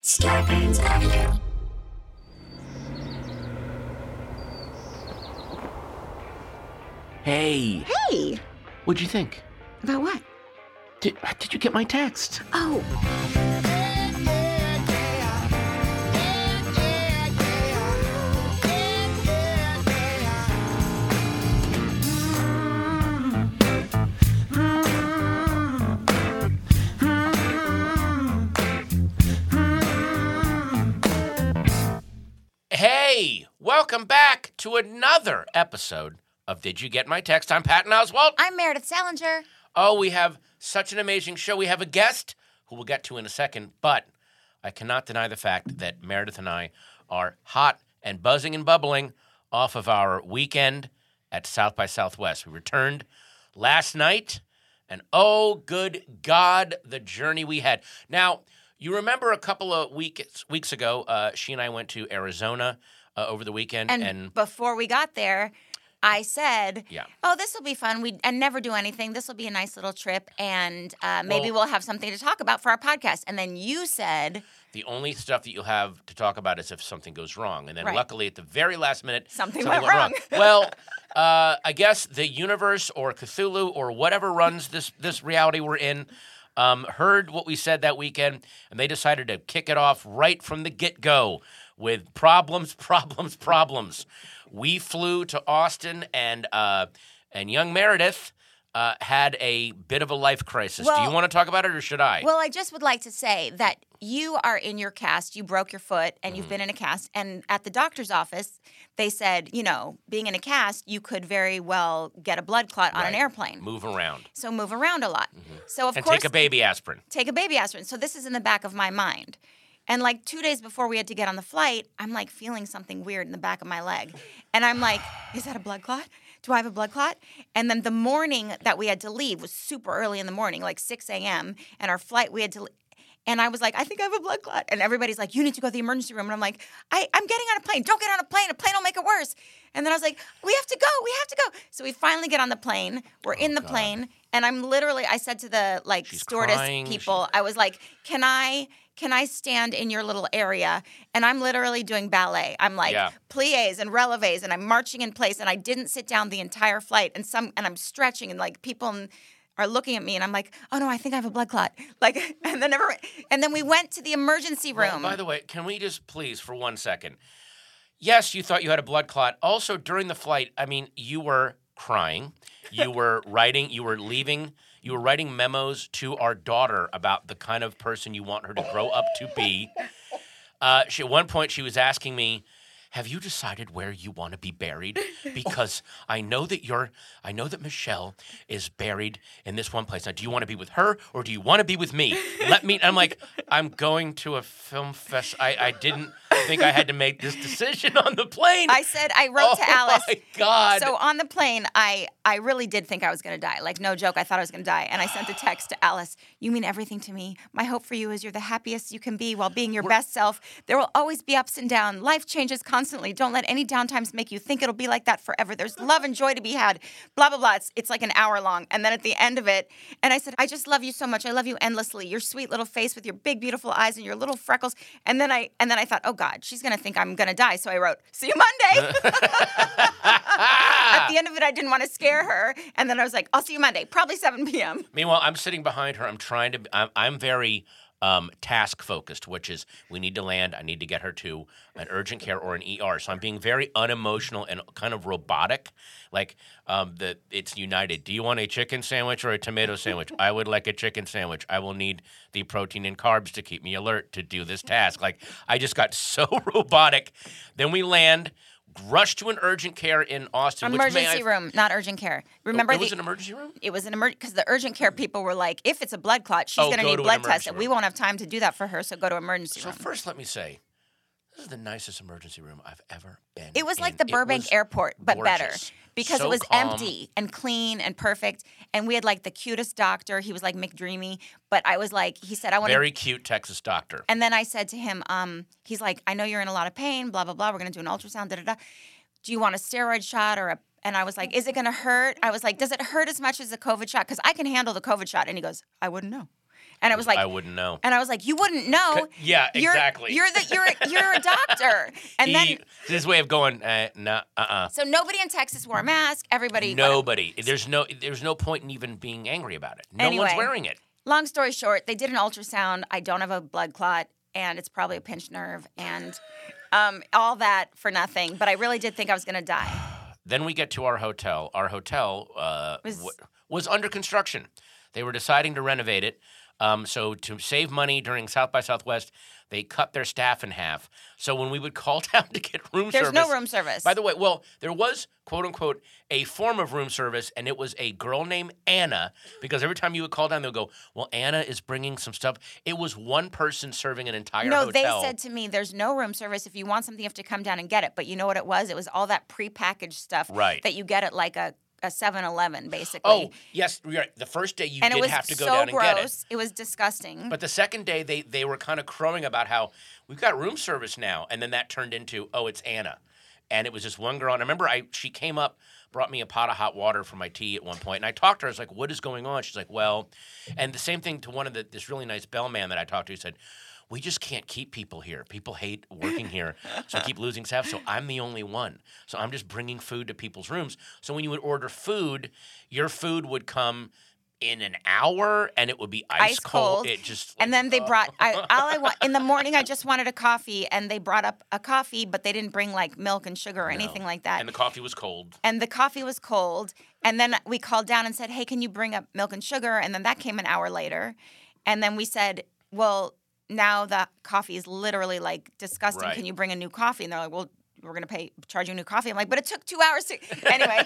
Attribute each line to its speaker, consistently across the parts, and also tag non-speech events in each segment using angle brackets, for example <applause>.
Speaker 1: Scorpions Avenue.
Speaker 2: Hey,
Speaker 3: Hey,
Speaker 2: what'd you think?
Speaker 3: about what?
Speaker 2: Did, did you get my text?
Speaker 3: Oh,
Speaker 2: Hey, welcome back to another episode of Did You Get My Text? I'm Patton Oswalt.
Speaker 3: I'm Meredith Salinger.
Speaker 2: Oh, we have such an amazing show. We have a guest who we'll get to in a second, but I cannot deny the fact that Meredith and I are hot and buzzing and bubbling off of our weekend at South by Southwest. We returned last night, and oh, good God, the journey we had. Now, you remember a couple of weeks weeks ago, uh, she and I went to Arizona uh, over the weekend,
Speaker 3: And, before we got there, I said,
Speaker 2: Yeah.
Speaker 3: "Oh, this will be fun. We and never do anything. This will be a nice little trip, and uh, maybe
Speaker 2: Well-
Speaker 3: we'll have something to talk about for our podcast." And then you said
Speaker 2: The only stuff that you'll have to talk about is if something goes wrong. And then
Speaker 3: Right.
Speaker 2: luckily at the very last minute,
Speaker 3: Something went wrong. <laughs>
Speaker 2: well, uh, I guess the universe or Cthulhu or whatever runs this, this reality we're in um, heard what we said that weekend and they decided to kick it off right from the get go with problems, <laughs> problems, problems. We flew to Austin and, uh, and young Meredith. Uh, had a bit of a life crisis. Do you
Speaker 3: Well-
Speaker 2: want to talk about it, or should I?
Speaker 3: Well, I just would like to say that you are in your cast. You broke your foot and
Speaker 2: Mm-hmm.
Speaker 3: you've been in a cast. And at the doctor's office, they said, you know, being in a cast, you could very well get a blood clot on an
Speaker 2: Right.
Speaker 3: airplane.
Speaker 2: Move around
Speaker 3: So move around a lot. So of
Speaker 2: and
Speaker 3: course,
Speaker 2: take a baby aspirin.
Speaker 3: take a baby aspirin. So this is in the back of my mind. And like two days before we had to get on the flight, I'm like feeling something weird in the back of my leg. And I'm like, is that a blood clot? Do I have a blood clot? And then the morning that we had to leave was super early in the morning, like 6 a.m. And our flight, we had to. And I was like, I think I have a blood clot. And everybody's like, you need to go to the emergency room. And I'm like, I, I'm getting on a plane. Don't get on a plane. A plane will make it worse. And then I was like, we have to go. We have to go. So we finally get on the plane. We're in the plane. And I'm literally, I said to the like
Speaker 2: She's
Speaker 3: stewardess
Speaker 2: crying. She-
Speaker 3: people, I was like, "Can I can I stand in your little area?" And I'm literally doing ballet. I'm like
Speaker 2: Yeah.
Speaker 3: plies and relevés and I'm marching in place and I didn't sit down the entire flight and some and I'm stretching and like people n- are looking at me and I'm like, "Oh no, I think I have a blood clot." <laughs> Like and then everyone, and then we went to the emergency
Speaker 2: Well,
Speaker 3: room.
Speaker 2: Oh, by the way, can we just please, for one second? Yes, you thought you had a blood clot. Also, during the flight, I mean, you were crying.
Speaker 3: <laughs>
Speaker 2: You were writing, you were leaving, you were writing memos to our daughter about the kind of person you want her to grow up to be. Uh, she, at one point, she was asking me, "Have you decided where you want to be
Speaker 3: <laughs>
Speaker 2: buried?" Because I know that you're, I know that Michelle is buried in this one place. Now, do you want to be with her or do you want to be with me? Let me. I'm like, I'm going to a film fest. I, I didn't think I had to make this decision on the plane.
Speaker 3: I said I
Speaker 2: <laughs>
Speaker 3: wrote
Speaker 2: oh
Speaker 3: to Alice.
Speaker 2: my God.
Speaker 3: So on the plane, I I really did think I was gonna die. Like no joke, I thought I was gonna die, and I sent a text to Alice. You mean everything to me. My hope for you is you're the happiest you can be while being your best self. There will always be ups and downs. Life changes constantly. Don't let any downtimes make you think it'll be like that forever. There's love and joy to be had. Blah blah blah. It's, it's like an hour long, and then at the end of it, and I said, I just love you so much. I love you endlessly. Your sweet little face with your big beautiful eyes and your little freckles. And then I and then I thought, oh God, she's gonna think I'm gonna die. So I wrote, see you Monday. At the end of it, I didn't want to scare her. And then I was like, I'll see you Monday, probably 7 p.m.
Speaker 2: Meanwhile, I'm sitting behind her. I'm trying to. I'm, I'm very um, task focused, which is we need to land. I need to get her to an urgent care or an ER. So I'm being very unemotional and kind of robotic. Like um, the it's United. Do you want a chicken sandwich or a tomato sandwich? I would like a chicken sandwich. I will need the protein and carbs to <laughs> keep me alert to do this task. Like I just got so robotic. Then we land. rushed to an urgent care in Austin. which may
Speaker 3: Emergency
Speaker 2: I- Oh,
Speaker 3: room, not urgent care. Remember
Speaker 2: It
Speaker 3: the
Speaker 2: was an emergency room.
Speaker 3: it was an emergency because the urgent care people were like, if it's a blood clot, she's
Speaker 2: Oh,
Speaker 3: going to
Speaker 2: go
Speaker 3: need
Speaker 2: to an
Speaker 3: blood tests,
Speaker 2: emergency
Speaker 3: and we
Speaker 2: room.
Speaker 3: won't have time to do that for her, so go to emergency
Speaker 2: So
Speaker 3: room.
Speaker 2: first, let me say, this is the nicest emergency room I've ever been.
Speaker 3: It was like
Speaker 2: in.
Speaker 3: the
Speaker 2: It
Speaker 3: Burbank
Speaker 2: was
Speaker 3: airport, but better
Speaker 2: gorgeous.
Speaker 3: because
Speaker 2: So
Speaker 3: it was
Speaker 2: calm.
Speaker 3: empty and clean and perfect. And we had like the cutest doctor. He was like McDreamy, but I was like, he said, I want to.
Speaker 2: Very cute Texas doctor.
Speaker 3: And then I said to him, um, he's like, I know you're in a lot of pain, blah, blah, blah. We're going to do an ultrasound, da, da, da. Do you want a steroid shot or a. And I was like, is it going to hurt? I was like, does it hurt as much as the COVID shot? Because I can handle the COVID shot. And he goes, I wouldn't know. And I was like,
Speaker 2: I wouldn't know.
Speaker 3: And I was like, "You wouldn't know."
Speaker 2: C- yeah,
Speaker 3: You're-
Speaker 2: exactly.
Speaker 3: You're the you're you're a
Speaker 2: <laughs>
Speaker 3: doctor, and
Speaker 2: he,
Speaker 3: then
Speaker 2: his way of going, uh, nah, uh,
Speaker 3: so nobody in Texas wore a mask. Everybody.
Speaker 2: uh nobody. There's no, there's no point in even being angry about it. No
Speaker 3: Anyway.
Speaker 2: one's wearing it.
Speaker 3: Long story short, they did an ultrasound. I don't have a blood clot, and it's probably a pinched nerve, and um, all that for nothing. But I really did think I was gonna die.
Speaker 2: Then we get to our hotel. Our hotel uh,
Speaker 3: Was-
Speaker 2: was, was under construction. They were deciding to renovate it. Um, so to save money during South by Southwest, they cut their staff in half. So when we would <laughs> call down to get room
Speaker 3: There's
Speaker 2: service,
Speaker 3: no room service.
Speaker 2: By the way, well, there was quote unquote a form of room service, and it was a girl named Anna because every time you would call down, they'll go, "Well, Anna is bringing some stuff." It was one person serving an entire
Speaker 3: no, they
Speaker 2: hotel.
Speaker 3: said to me, "There's no room service. If you want something, you have to come down and get it." But you know what it was? It was all that prepackaged stuff
Speaker 2: Right.
Speaker 3: that you get at like a a 7-Eleven, basically.
Speaker 2: "Oh, yes, we are. the first day you
Speaker 3: and
Speaker 2: did
Speaker 3: it was
Speaker 2: have to go
Speaker 3: so
Speaker 2: down
Speaker 3: gross.
Speaker 2: and get it."
Speaker 3: was disgusting.
Speaker 2: But the second day, they they were kind of crowing about how we've got room service now, and then that turned into, "Oh, it's Anna," and it was just one girl. And I remember I she came up. Brought me a pot of hot water for my tea at one point, and I talked to her. I was like, "What is going on?" She's like, "Well," and the same thing to one of the this really nice bellman that I talked to. He said, "We just can't keep people here. People hate working here, so we keep losing staff. So I'm the only one. So I'm just bringing food to people's rooms. So when you would order food, your food would come in an hour, and it would be ice,
Speaker 3: ice cold.
Speaker 2: It just
Speaker 3: and
Speaker 2: like, uh,
Speaker 3: then they brought
Speaker 2: <laughs>
Speaker 3: I, all I want in the morning. I just wanted a coffee, and they brought up a coffee, but they didn't bring like milk and sugar or anything like that.
Speaker 2: and the coffee was cold.
Speaker 3: and the coffee was cold. And then we called down and said, "Hey, can you bring up milk and sugar?" And then that came an hour later. And then we said, "Well, now the coffee is literally like disgusting.
Speaker 2: Right.
Speaker 3: Can you bring a new coffee?" And they're like, "Well, we're gonna pay charge you a new coffee." I'm like, "But it took two hours to." <laughs>
Speaker 2: <laughs>
Speaker 3: Anyway,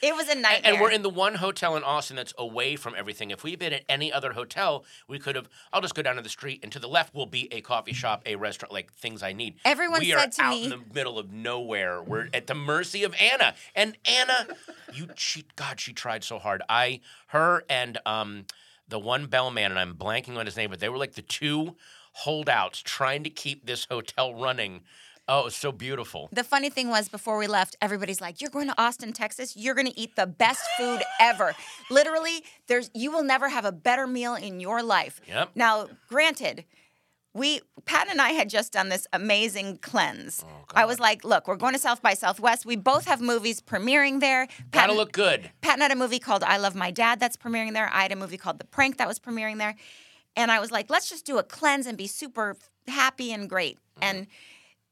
Speaker 3: it was a nightmare.
Speaker 2: And we're in the one hotel in Austin that's away from everything. If we'd been at any other hotel, we could have. I'll just go down to the street, and to the left will be a coffee shop, a restaurant, like things I need.
Speaker 3: Everyone
Speaker 2: we
Speaker 3: said to
Speaker 2: are out
Speaker 3: me-
Speaker 2: in the middle of nowhere. We're at the mercy of Anna, and Anna, you cheat. God, she tried so hard. I, her, and um, the one bellman, and I'm blanking on his name, but they were like the two holdouts trying to keep this hotel running. Oh, it was so beautiful.
Speaker 3: The funny thing was, before we left, everybody's like, "You're going to Austin, Texas. You're going to eat the best food ever. Literally, there's you will never have a better meal in your life."
Speaker 2: Yep.
Speaker 3: Now, granted, we Pat and I had just done this amazing cleanse.
Speaker 2: Oh,
Speaker 3: I was like, "Look, we're going to South by Southwest. We both have movies premiering there." Pat
Speaker 2: Gotta
Speaker 3: and-
Speaker 2: look good.
Speaker 3: Patton had a movie called I Love My Dad that's premiering there. I had a movie called The Prank that was premiering there. And I was like, let's just do a cleanse and be super happy and great.
Speaker 2: Mm-hmm.
Speaker 3: And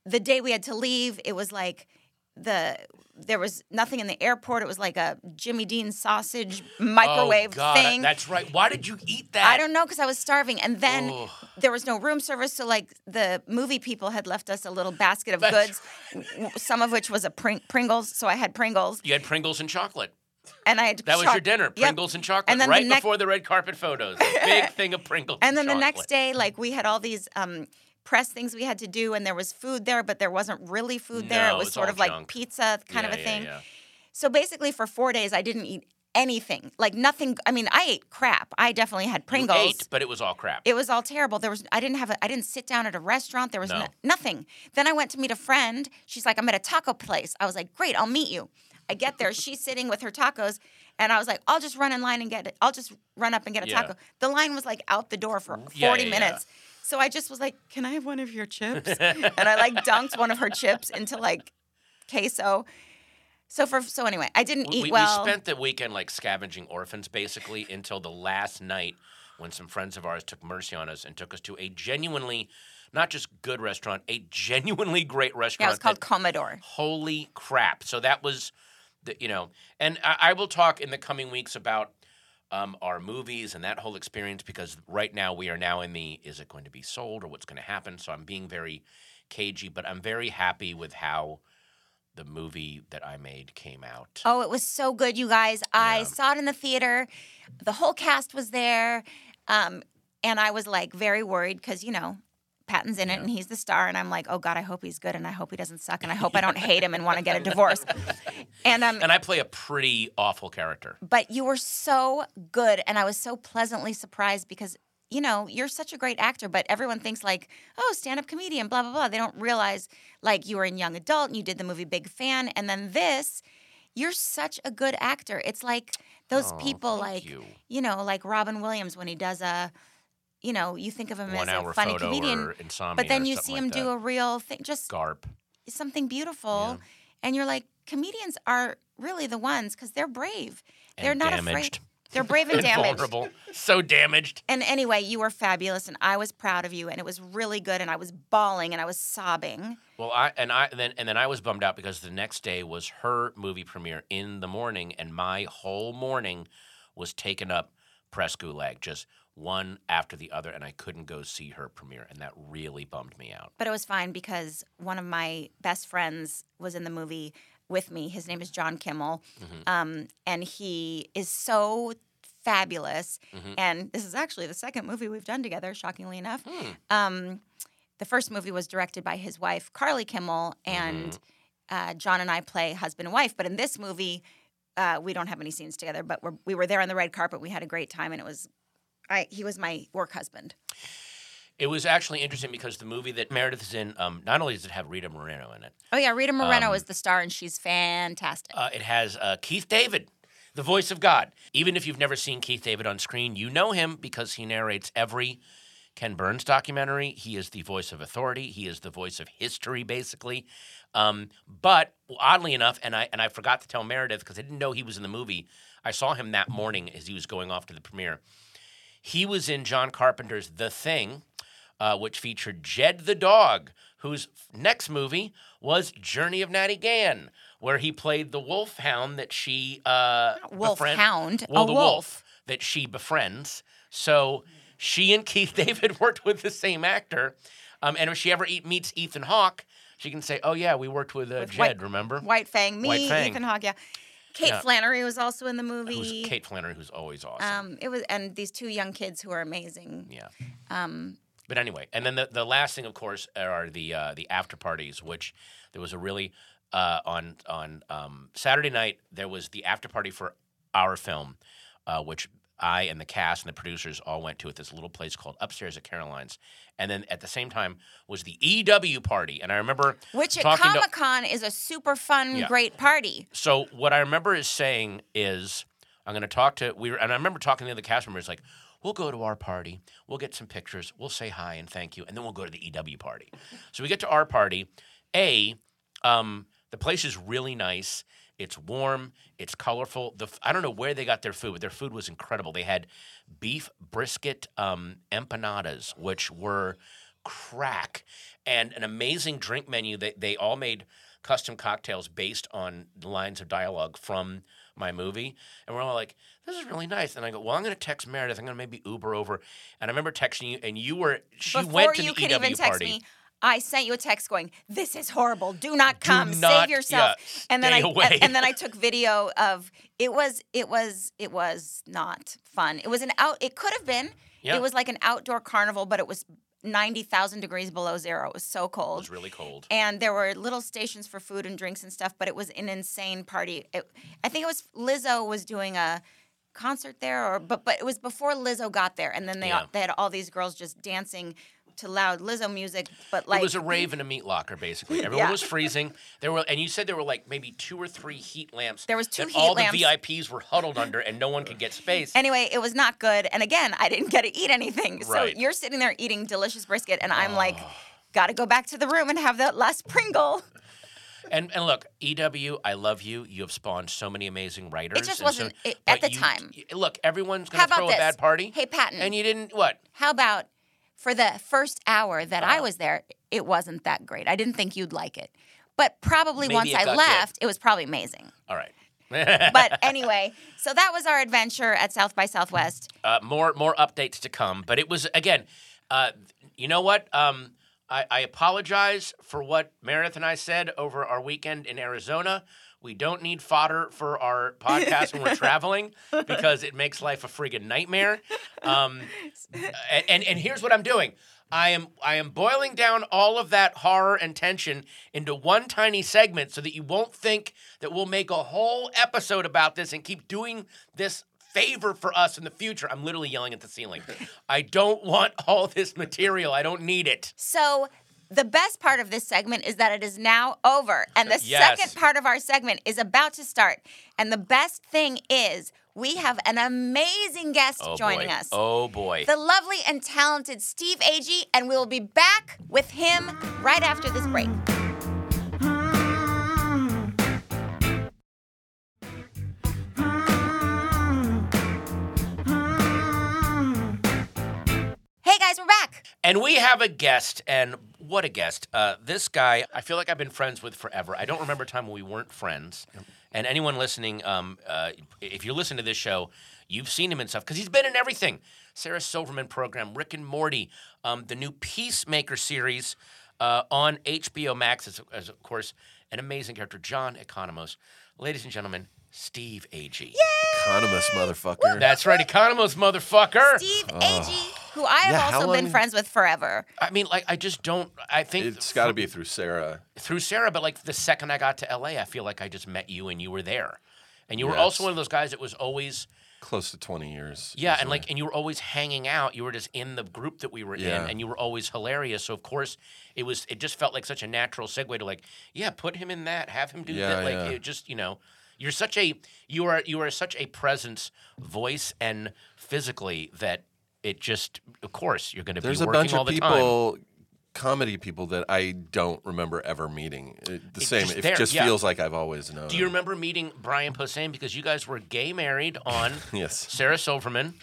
Speaker 3: the day we had to leave, it was like the there was nothing in the airport. It was like a Jimmy Dean sausage microwave
Speaker 2: oh, God,
Speaker 3: thing.
Speaker 2: That's right. Why did you eat that?
Speaker 3: I don't know because I was starving, and then there was no room service. So like the movie people had left us a little basket of goods,
Speaker 2: <laughs> That's
Speaker 3: w- some of which was a Pring- Pringles. So I had Pringles,
Speaker 2: You had Pringles and chocolate.
Speaker 3: and I had
Speaker 2: That was
Speaker 3: choc-
Speaker 2: your dinner,
Speaker 3: Yep.
Speaker 2: Pringles and chocolate,
Speaker 3: And then the
Speaker 2: right
Speaker 3: next-
Speaker 2: before the red carpet photos. A
Speaker 3: <laughs>
Speaker 2: big thing of Pringles.
Speaker 3: And then the next
Speaker 2: chocolate.
Speaker 3: day, like we had all these um, press things we had to do, and there was food there, but there wasn't really food there.
Speaker 2: No,
Speaker 3: It was
Speaker 2: it's
Speaker 3: sort
Speaker 2: all
Speaker 3: of like
Speaker 2: junk.
Speaker 3: pizza kind of
Speaker 2: Yeah,
Speaker 3: a
Speaker 2: yeah,
Speaker 3: thing.
Speaker 2: yeah.
Speaker 3: So basically, for four days, I didn't eat anything. Like nothing. I mean, I ate crap. I definitely had
Speaker 2: You
Speaker 3: Pringles.
Speaker 2: ate, but it was all crap.
Speaker 3: It was all terrible. There was I didn't have a I didn't sit down at a restaurant. There was no.
Speaker 2: No.
Speaker 3: nothing. Then I went to meet a friend. She's like, I'm at a taco place. I was like, Great, I'll meet you. I get there. She's sitting with her tacos, and I was like, I'll just run in line and get it. I'll just run up and get a
Speaker 2: Yeah.
Speaker 3: taco. The line was like out the door for 40
Speaker 2: Yeah, yeah, yeah.
Speaker 3: minutes. So I just was like, Can I have one of
Speaker 2: <laughs>
Speaker 3: your chips? and I like dunked one of her chips into like queso. So for so anyway, I didn't
Speaker 2: we,
Speaker 3: eat
Speaker 2: we- we
Speaker 3: well.
Speaker 2: spent the weekend like scavenging orphans basically until the last night when some friends of ours took mercy on us and took us to a genuinely, not just good restaurant, a genuinely great
Speaker 3: yeah,
Speaker 2: restaurant.
Speaker 3: it was called
Speaker 2: that-
Speaker 3: Commodore.
Speaker 2: holy crap so that was the you know and i, I will talk in the coming weeks about um, our movies and that whole experience because right now we are now in the is it going to be sold or what's going to happen so i'm being very cagey but i'm very happy with how the movie that I made came out.
Speaker 3: Oh, it was so good, you guys. I saw it in the theater. The whole cast was there. Um, and I was like very worried because, you know, Patton's in it and he's the star. And I'm like, oh God, I hope he's good and I hope he doesn't suck and I hope I don't hate him and want to get a divorce. and um,
Speaker 2: And I play a pretty awful character.
Speaker 3: but you were so good and i was so pleasantly surprised because you know you're such a great actor but everyone thinks like oh stand-up comedian blah blah blah they don't realize like you were in young adult and you did the movie big fan and then this you're such a good actor it's like those people like
Speaker 2: you.
Speaker 3: know like robin williams when he does a you know you think of him
Speaker 2: One
Speaker 3: um, as
Speaker 2: hour
Speaker 3: a funny
Speaker 2: photo
Speaker 3: comedian
Speaker 2: or insomnia.
Speaker 3: but then
Speaker 2: or
Speaker 3: you see
Speaker 2: something
Speaker 3: him
Speaker 2: like
Speaker 3: do
Speaker 2: that.
Speaker 3: a real thing just
Speaker 2: Garp.
Speaker 3: something beautiful and you're like comedians are really the ones because they're brave
Speaker 2: And
Speaker 3: they're not
Speaker 2: damaged.
Speaker 3: afraid they're
Speaker 2: <laughs>
Speaker 3: brave and damaged
Speaker 2: Vulnerable. So damaged.
Speaker 3: and anyway you were fabulous and i was proud of you and it was really good and i was bawling and i was sobbing
Speaker 2: Well, I and I then and then I was bummed out because the next day was her movie premiere in the morning, and my whole morning was taken up press gulag, just one after the other, and I couldn't go see her premiere, and that really bummed me out.
Speaker 3: but it was fine because one of my best friends was in the movie with me his name is john kimmel
Speaker 2: Mm-hmm.
Speaker 3: um, and he is so fabulous
Speaker 2: Mm-hmm.
Speaker 3: and this is actually the second movie we've done together shockingly enough um, the first movie was directed by his wife Carly Kimmel, and
Speaker 2: Mm-hmm.
Speaker 3: uh, John and I play husband and wife. But in this movie, uh, we don't have any scenes together. But we're, we were there on the red carpet. We had a great time, and it was, I he was my work husband.
Speaker 2: It was actually interesting because the movie that Meredith is in, um, not only does it have Rita Moreno in it,
Speaker 3: Oh yeah, Rita
Speaker 2: Um,
Speaker 3: Moreno is the star, and she's fantastic.
Speaker 2: uh, it has uh, Keith David, the voice of God. Even if you've never seen Keith David on screen, you know him because he narrates every Ken Burns documentary. He is the voice of authority. He is the voice of history, basically. Um, but oddly enough, and I and I forgot to tell Meredith because I didn't know he was in the movie. I saw him that morning as he was going off to the premiere. He was in John Carpenter's The Thing, uh, which featured Jed the dog, whose f- next movie was Journey of Natty Gann, where he played the wolfhound that she uh,
Speaker 3: wolf,
Speaker 2: befriend-
Speaker 3: hound,
Speaker 2: well,
Speaker 3: a
Speaker 2: the
Speaker 3: wolf.
Speaker 2: that she befriends. So she and Keith <laughs> David worked with the same actor, um, and if she ever eat, meets Ethan Hawke, she can say, "Oh yeah, we worked with, uh, Jed."
Speaker 3: White-
Speaker 2: remember?
Speaker 3: White Fang, me,
Speaker 2: White Fang.
Speaker 3: Ethan Hawke, yeah. Kate
Speaker 2: Yeah.
Speaker 3: Flannery was also in the movie.
Speaker 2: Who's Kate Flannery, who's always awesome.
Speaker 3: Um, it was, and these two young kids who are amazing.
Speaker 2: Yeah. Um, but anyway, and then the, the last thing, of course, are the uh, the after parties, which there was a really uh, on on um, Saturday night there was the after party for our film, uh, which I and the cast and the producers all went to at this little place called Upstairs at Caroline's, and then at the same time was the EW party, and I remember
Speaker 3: Which at
Speaker 2: talking to-
Speaker 3: Comic Con is a super fun,
Speaker 2: Yeah.
Speaker 3: great party.
Speaker 2: so what I remember is saying is I'm going to talk to we were, and I remember talking to the other cast members like we'll go to our party, we'll get some pictures, we'll say hi and thank you, and then we'll go to the EW party. so we get to our party. A, um, the place is really nice. It's warm. It's colorful. The f- I don't know where they got their food, but their food was incredible. They had beef brisket um, empanadas, which were crack, and an amazing drink menu. They they all made custom cocktails based on the lines of dialogue from my movie, and we're all like, "This is really nice." And I go, "Well, I'm going to text Meredith. I'm going to maybe Uber over." And I remember texting you, and you were she
Speaker 3: Before
Speaker 2: went to
Speaker 3: you
Speaker 2: the
Speaker 3: could
Speaker 2: EW
Speaker 3: even text
Speaker 2: party.
Speaker 3: me, I sent you a text going, "This is horrible. Do not come.
Speaker 2: not-
Speaker 3: Save yourself."
Speaker 2: yeah,
Speaker 3: and then I
Speaker 2: stay away.
Speaker 3: and, and then I took video of it was it was it was not fun. It was an out. It could have been.
Speaker 2: Yeah.
Speaker 3: It was like an outdoor carnival, but it was ninety thousand degrees below zero. It was so cold.
Speaker 2: It was really cold.
Speaker 3: and there were little stations for food and drinks and stuff but it was an insane party it, i think it was lizzo was doing a concert there or but but it was before lizzo got there and then they
Speaker 2: Yeah.
Speaker 3: they had all these girls just dancing to loud lizzo music but like
Speaker 2: it was a rave in a meat locker, basically. Everyone
Speaker 3: <laughs> Yeah.
Speaker 2: was freezing. There were, and you said there were like maybe two or three heat lamps.
Speaker 3: There was two
Speaker 2: that
Speaker 3: heat
Speaker 2: all
Speaker 3: lamps.
Speaker 2: the VIPs were huddled under, and no one could get space.
Speaker 3: anyway it was not good and again i didn't get to eat anything
Speaker 2: Right. Ah.
Speaker 3: so you're sitting there eating delicious brisket and i'm like gotta go back to the room and have that last pringle
Speaker 2: And and look, EW, I love you. You have spawned so many amazing writers.
Speaker 3: just
Speaker 2: and so-
Speaker 3: wasn't- it-
Speaker 2: but
Speaker 3: at the
Speaker 2: you-
Speaker 3: time.
Speaker 2: y- Look, everyone's going
Speaker 3: How
Speaker 2: to
Speaker 3: about
Speaker 2: throw a
Speaker 3: this?
Speaker 2: bad party.
Speaker 3: Hey, Patton.
Speaker 2: And you didn't what?
Speaker 3: how about for the first hour that I was there, it wasn't that great. I didn't think you'd like it. But probably
Speaker 2: Maybe
Speaker 3: once
Speaker 2: it
Speaker 3: I
Speaker 2: got good.
Speaker 3: left, it was probably amazing.
Speaker 2: All right. <laughs>
Speaker 3: But anyway, so that was our adventure at South by Southwest.
Speaker 2: Uh, more more updates to come, but it was again. Uh, you know what? Um, I, I apologize for what Meredith and I said over our weekend in Arizona. We don't need fodder for
Speaker 3: <laughs>
Speaker 2: our podcast when we're traveling because it makes life a friggin' nightmare. Um, and, and and here's what I'm doing. I am I am boiling down all of that horror and tension into one tiny segment so that you won't think that we'll make a whole episode about this and keep doing this favor for us in the future. I'm literally yelling at the <laughs> ceiling. I don't want all this material. I don't need it.
Speaker 3: So the best part of this segment is that it is now over. And the
Speaker 2: Yes.
Speaker 3: second part of our segment is about to start. And the best thing is we have an amazing guest joining
Speaker 2: boy.
Speaker 3: us.
Speaker 2: Oh boy.
Speaker 3: The lovely and talented Steve Agee, and we will be back with him right after this break. Hey guys, we're back.
Speaker 2: And we have a guest, and what a guest. Uh, this guy, I feel like I've been friends with forever. I don't remember a time when we weren't friends. And anyone listening, um, uh, if you listen to this show, you've seen him and stuff because he's been in everything Sarah Silverman program, Rick and Morty, um, the new Peacemaker series uh, on HBO Max, is, is, of course, an amazing character, John Economos. Ladies and gentlemen, Steve Agee.
Speaker 4: Economist, motherfucker.
Speaker 2: That's right, Economos, motherfucker.
Speaker 3: Steve Agee, who I have
Speaker 4: Yeah, how
Speaker 3: also been
Speaker 4: long-
Speaker 3: friends with forever.
Speaker 2: I mean, like, I just don't. I think
Speaker 4: it's got to be through Sarah.
Speaker 2: through Sarah, but like the second I got to LA, I feel like I just met you and you were there. And you were
Speaker 4: Yes.
Speaker 2: also one of those guys that was always
Speaker 4: Close to 20 years.
Speaker 2: yeah, and like and you were always hanging out. You were just in the group that we were
Speaker 4: Yeah.
Speaker 2: in and you were always hilarious. So of course it was it just felt like such a natural segue to like, yeah, put him in that, have him do
Speaker 4: Yeah,
Speaker 2: that. Like
Speaker 4: yeah.
Speaker 2: it just, you know, you're such a you are you are such a presence, voice and physically that it just of course you're gonna
Speaker 4: There's
Speaker 2: be
Speaker 4: a
Speaker 2: working
Speaker 4: bunch
Speaker 2: all
Speaker 4: of
Speaker 2: the time.
Speaker 4: people, comedy people that I don't remember ever meeting. It- the same.
Speaker 2: just
Speaker 4: It
Speaker 2: there,
Speaker 4: just
Speaker 2: yeah.
Speaker 4: feels like I've always known.
Speaker 2: Do you remember meeting Brian Posehn because you guys were gay married
Speaker 4: <laughs>
Speaker 2: on
Speaker 4: Yes.
Speaker 2: Sarah Silverman.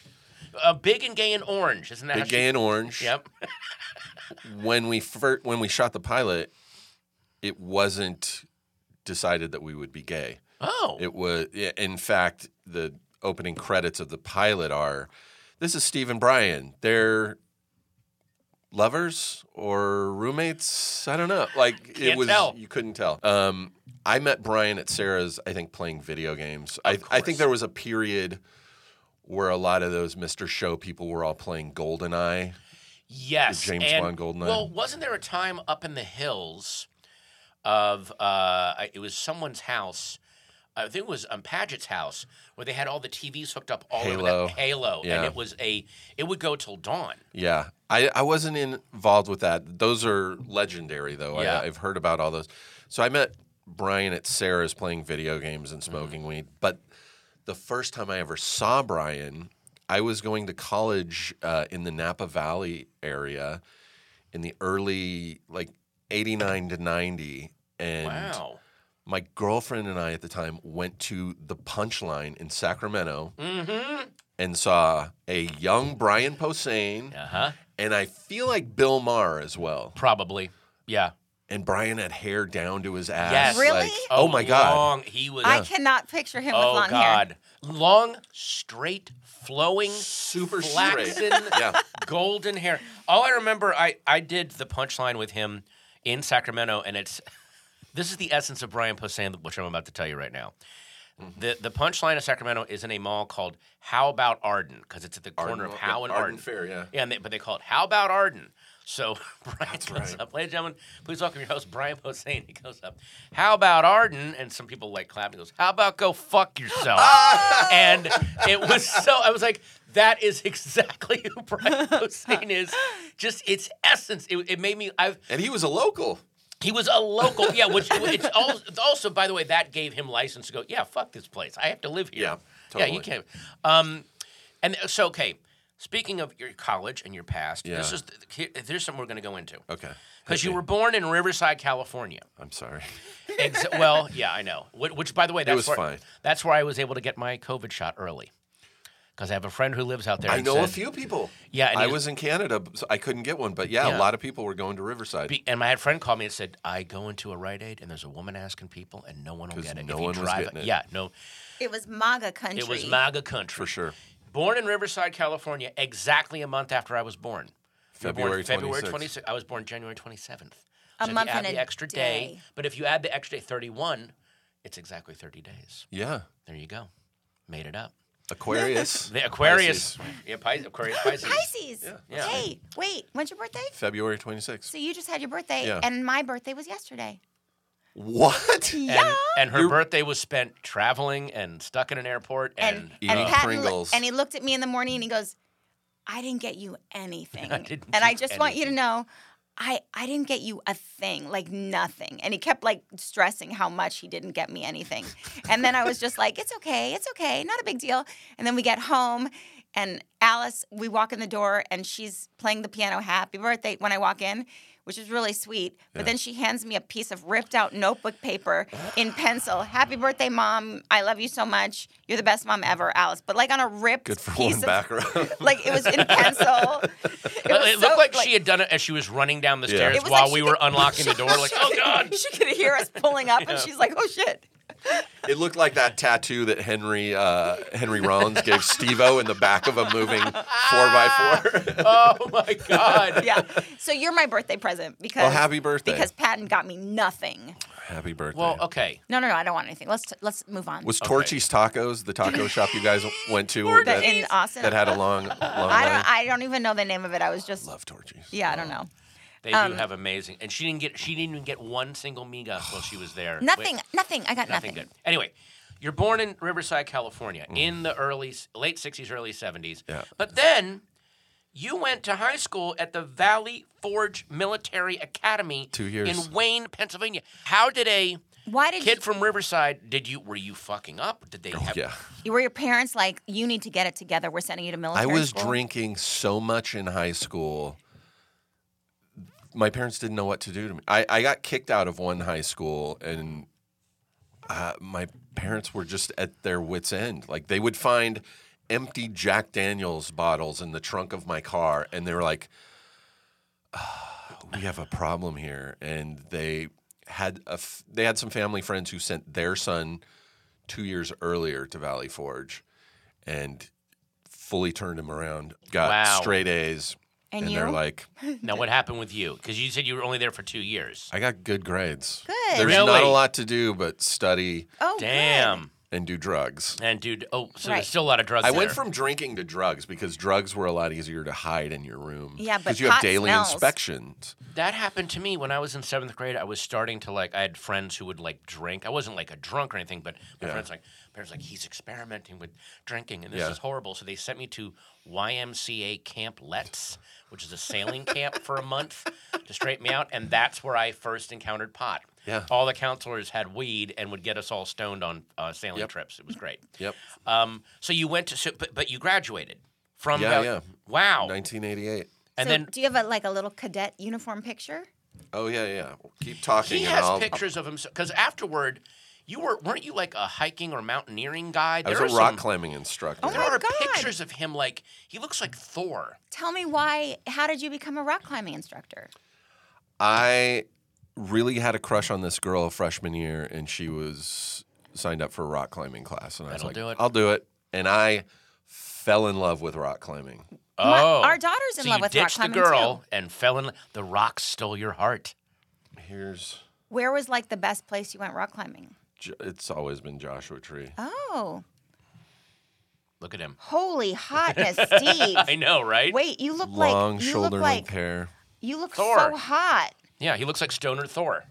Speaker 2: Uh, big and gay in orange, isn't that? how
Speaker 4: Big
Speaker 2: she-
Speaker 4: Gay and
Speaker 2: <laughs>
Speaker 4: Orange.
Speaker 2: Yep.
Speaker 4: When we fir- when we shot the pilot, it wasn't decided that we would be gay.
Speaker 2: Oh,
Speaker 4: It was, yeah, in fact, the opening credits of the pilot are this is Steve and Brian. They're lovers or roommates. I don't know. Like, it
Speaker 2: Can't
Speaker 4: was,
Speaker 2: tell.
Speaker 4: you couldn't tell. Um, I met Brian at Sarah's, I think, playing video games. I, I
Speaker 2: course.
Speaker 4: think there was a period where a lot of those Mr. Show people were all playing GoldenEye.
Speaker 2: yes.
Speaker 4: James
Speaker 2: and,
Speaker 4: Bond Goldeneye.
Speaker 2: Well, wasn't there a time up in the hills of uh, I- it was someone's house? I think it was um, Paget's house where they had all the TVs hooked up all
Speaker 4: Halo.
Speaker 2: over the Halo,
Speaker 4: Yeah.
Speaker 2: and it was a it would go till dawn.
Speaker 4: Yeah, I, I wasn't involved with that. Those are legendary, though.
Speaker 2: Yeah.
Speaker 4: I, I've heard about all those. So I met Brian at Sarah's playing video games
Speaker 2: Mm-hmm.
Speaker 4: and smoking weed. But the first time I ever saw Brian, I was going to college uh, in the Napa Valley area in the early, like 89 to 90. And
Speaker 2: Wow.
Speaker 4: my girlfriend and I at the time went to the Punchline in Sacramento
Speaker 2: Mm-hmm.
Speaker 4: and saw a young Brian Posehn
Speaker 2: Uh huh.
Speaker 4: and I feel like Bill Maher as well.
Speaker 2: Probably. Yeah.
Speaker 4: And Brian had hair down to his ass.
Speaker 2: Yes.
Speaker 3: Really?
Speaker 4: Like, oh my god.
Speaker 2: Long, he was.
Speaker 3: I cannot picture him
Speaker 2: oh
Speaker 3: with long hair.
Speaker 2: god. Long, straight, flowing,
Speaker 4: Super
Speaker 2: flaxen,
Speaker 4: straight. Yeah.
Speaker 2: golden hair. All I remember, I I did the punchline with him in Sacramento, and it's this is the essence of Brian Posehn, which I'm about to tell you right now.
Speaker 4: Mm-hmm.
Speaker 2: The the punchline of Sacramento is in a mall called How About Arden because it's at the corner of How and Arden.
Speaker 4: Fair, yeah.
Speaker 2: Yeah, and they, but they call it How About Arden. So <laughs> Brian goes up, ladies and gentlemen, please welcome your host Brian Posehn. He goes up, How about Arden? And some people like clap. He goes, How about go fuck yourself? and it was so. I was like, That is <laughs> exactly who Brian Posehn is. Just its essence. It, it made me. I've
Speaker 4: And he was a local.
Speaker 2: he was a local, yeah. Which it's also, also, by the way, that gave him license to go. Yeah, fuck this place. I have to live here.
Speaker 4: Yeah,
Speaker 2: yeah. You
Speaker 4: totally.
Speaker 2: can't. Um, and so, okay. Speaking of your college and your past, this
Speaker 4: Yeah.
Speaker 2: is the, here, there's something we're going to go into
Speaker 4: Okay.
Speaker 2: because you were born in Riverside, California.
Speaker 4: I'm sorry.
Speaker 2: Ex- well, yeah, I know. Which, which by the way, that's
Speaker 4: was
Speaker 2: where,
Speaker 4: fine.
Speaker 2: That's where I was able to get my COVID shot early because I have a friend who lives out there.
Speaker 4: I
Speaker 2: and
Speaker 4: know a
Speaker 2: said-
Speaker 4: few people.
Speaker 2: Yeah, and
Speaker 4: I
Speaker 2: he-
Speaker 4: was in Canada, so I couldn't get one. But yeah,
Speaker 2: Yeah.
Speaker 4: a lot of people were going to Riverside.
Speaker 2: Be- and my had friend called me and said, "I go into a Rite Aid and there's a woman asking people, and no one will
Speaker 4: 'Cause
Speaker 2: get it.
Speaker 4: no
Speaker 2: if you
Speaker 4: one was
Speaker 2: drive
Speaker 4: getting it.
Speaker 2: yeah, no,
Speaker 3: It was MAGA country.
Speaker 2: It was MAGA country.
Speaker 4: for sure.
Speaker 2: Born in Riverside, California, exactly a month after I was born. You're born
Speaker 4: February
Speaker 2: February
Speaker 4: 26th.
Speaker 2: 26th. I was born January 27th.
Speaker 3: A
Speaker 2: so
Speaker 3: month
Speaker 2: if you add
Speaker 3: and
Speaker 2: the
Speaker 3: a
Speaker 2: extra day,
Speaker 3: day.
Speaker 2: but if you add the extra day 31, it's exactly 30 days.
Speaker 4: Yeah.
Speaker 2: There you go. Made it up.
Speaker 4: Aquarius.
Speaker 2: <laughs> The Aquarius. Yeah, Pis-
Speaker 3: <laughs>
Speaker 2: Aquarius Pisces.
Speaker 3: Pisces.
Speaker 2: yeah.
Speaker 3: Hey, wait. When's your birthday?
Speaker 4: February 26th.
Speaker 3: So you just had your birthday,
Speaker 4: Yeah.
Speaker 3: and my birthday was yesterday.
Speaker 4: What?
Speaker 2: And, and her birthday was spent traveling and stuck in an airport
Speaker 3: And
Speaker 2: and,
Speaker 4: Eating
Speaker 3: and Patton, lo-
Speaker 4: Pringles.
Speaker 3: and he looked at me in the morning and he goes, "I didn't get you anything."
Speaker 2: didn't
Speaker 3: and I
Speaker 2: do
Speaker 3: just want you to
Speaker 2: anything.
Speaker 3: know, I I didn't get you a thing, like nothing. And he kept like stressing how much he didn't get me anything. and then I was just like, "It's okay, it's okay, not a big deal." And then we get home. And Alice, we walk in the door and she's playing the piano happy birthday when I walk in, which is really sweet. But then she hands me a piece of ripped out notebook paper in pencil. Happy birthday, mom. I love you so much. You're the best mom ever, Alice. But like on a ripped
Speaker 4: Good for
Speaker 3: piece
Speaker 4: one
Speaker 3: of
Speaker 4: background.
Speaker 3: like it was in pencil. It,
Speaker 2: Uh,
Speaker 3: was
Speaker 2: it looked
Speaker 3: so,
Speaker 2: like, she had done it as she was running down the
Speaker 4: Yeah.
Speaker 2: stairs
Speaker 3: It was
Speaker 2: while
Speaker 3: like she
Speaker 2: we were
Speaker 3: could-
Speaker 2: unlocking the door.
Speaker 3: <laughs>
Speaker 2: Like, <laughs> oh god!
Speaker 3: she could hear us pulling up and she's like, oh shit.
Speaker 4: <laughs> it looked like that tattoo that Henry uh, Henry Rollins gave Steve-O in the back of a moving four by four.
Speaker 2: Oh my
Speaker 4: <laughs>
Speaker 2: god!
Speaker 3: Yeah. So you're my birthday present because
Speaker 4: Well, Oh, happy birthday.
Speaker 3: because Patton got me nothing.
Speaker 4: Happy birthday.
Speaker 2: Well, okay.
Speaker 3: No, no, no. I don't want anything. Let's let's move on.
Speaker 4: Was Torchy's Tacos the taco shop you guys went to that,
Speaker 3: in Austin.
Speaker 4: that had a long, long
Speaker 3: <laughs> I
Speaker 4: line?
Speaker 3: don't I don't even know the name of it. I was just
Speaker 4: love Oh. Torchy's.
Speaker 3: yeah, I don't know.
Speaker 2: They
Speaker 3: Um,
Speaker 2: do have amazing, and she didn't get she didn't even get one single migas while she was there. Wait,
Speaker 3: Nothing, nothing. I got
Speaker 2: nothing
Speaker 3: nothing.
Speaker 2: good. Anyway, you're born in Riverside, California, in the early late '60s, early '70s.
Speaker 4: Mm. Yeah.
Speaker 2: But then you went to high school at the Valley Forge Military Academy,
Speaker 4: Two years.
Speaker 2: in Wayne, Pennsylvania. How did a
Speaker 3: Why did
Speaker 2: kid from Riverside? Did you were you fucking up? Did they have?
Speaker 4: Oh, Yeah.
Speaker 3: you, were your parents like, you need to get it together. We're sending you to
Speaker 4: I
Speaker 3: military
Speaker 4: was
Speaker 3: school?
Speaker 4: drinking so much in high school. My parents didn't know what to do to me. I, I got kicked out of one high school, and uh, my parents were just at their wits' end. Like they would find empty Jack Daniels bottles in the trunk of my car, and they were like, we have a problem here and they had a f- they had some family friends who sent their son 2 years earlier to Valley Forge and fully turned him around got
Speaker 2: Wow.
Speaker 4: straight A's
Speaker 3: And
Speaker 4: they're
Speaker 3: you?
Speaker 4: like
Speaker 2: <laughs> Now, what happened with you? Because you said you were only there for two years.
Speaker 4: I got good grades
Speaker 3: Good.
Speaker 4: there's not a
Speaker 2: Really?
Speaker 4: lot to do but study
Speaker 3: Oh, good.
Speaker 2: Damn.
Speaker 4: and do drugs
Speaker 2: And dude, oh, so
Speaker 3: Right.
Speaker 2: there's still a lot of drugs.
Speaker 4: I went
Speaker 2: there.
Speaker 4: from drinking to drugs because drugs were a lot easier to hide in your room.
Speaker 3: Yeah, but
Speaker 4: because you have
Speaker 3: pot
Speaker 4: daily
Speaker 3: smells.
Speaker 4: inspections.
Speaker 2: that happened to me when I was in seventh grade. I was starting to like. I had friends who would like drink. I wasn't like a drunk or anything, but my friends like parents like he's experimenting with drinking and this
Speaker 4: Yeah.
Speaker 2: is horrible. So they sent me to YMCA Camp Let's, which is a sailing camp for a month to straighten me out, and that's where I first encountered pot.
Speaker 4: Yeah.
Speaker 2: all the counselors had weed and would get us all stoned on uh, sailing trips. It was great.
Speaker 4: Yep.
Speaker 2: Um, so you went to, so, but, but you graduated from.
Speaker 4: Yeah,
Speaker 2: Val-
Speaker 4: yeah.
Speaker 2: Wow.
Speaker 4: 1988.
Speaker 2: And
Speaker 3: so
Speaker 2: then
Speaker 3: do you have a like a little cadet uniform picture?
Speaker 4: Oh yeah, yeah. Keep talking.
Speaker 2: he
Speaker 4: and
Speaker 2: has
Speaker 4: I'll-
Speaker 2: pictures of himself because afterward, you were weren't you like a hiking or mountaineering guy?
Speaker 4: I was
Speaker 2: There
Speaker 4: a
Speaker 2: are
Speaker 4: rock
Speaker 2: some-
Speaker 4: climbing instructor.
Speaker 3: Oh
Speaker 2: There
Speaker 3: my
Speaker 2: are
Speaker 3: God.
Speaker 2: pictures of him like he looks like Thor.
Speaker 3: Tell me why. How did you become a rock climbing instructor?
Speaker 4: I really had a crush on this girl freshman year, and she was signed up for a rock climbing class, and I
Speaker 2: That'll
Speaker 4: was like,
Speaker 2: do it.
Speaker 4: "I'll do it." And I fell in love with rock climbing.
Speaker 3: My-
Speaker 2: Oh,
Speaker 3: our daughter's in
Speaker 2: so
Speaker 3: love
Speaker 2: you
Speaker 3: with rock
Speaker 2: ditched
Speaker 3: climbing
Speaker 2: the girl
Speaker 3: too.
Speaker 2: and fell in. lo- The rock stole your heart.
Speaker 4: Here's
Speaker 3: Where was like the best place you went rock climbing?
Speaker 4: Jo- it's always been Joshua Tree.
Speaker 3: Oh,
Speaker 2: Look at him.
Speaker 3: holy <laughs> hotness, Steve!
Speaker 2: I know, right?
Speaker 3: Wait, you look
Speaker 4: Long
Speaker 3: like you
Speaker 4: shoulder
Speaker 3: look like
Speaker 4: length hair.
Speaker 3: you look so
Speaker 2: Thor.
Speaker 3: hot,
Speaker 2: Yeah, he looks like Stoner Thor.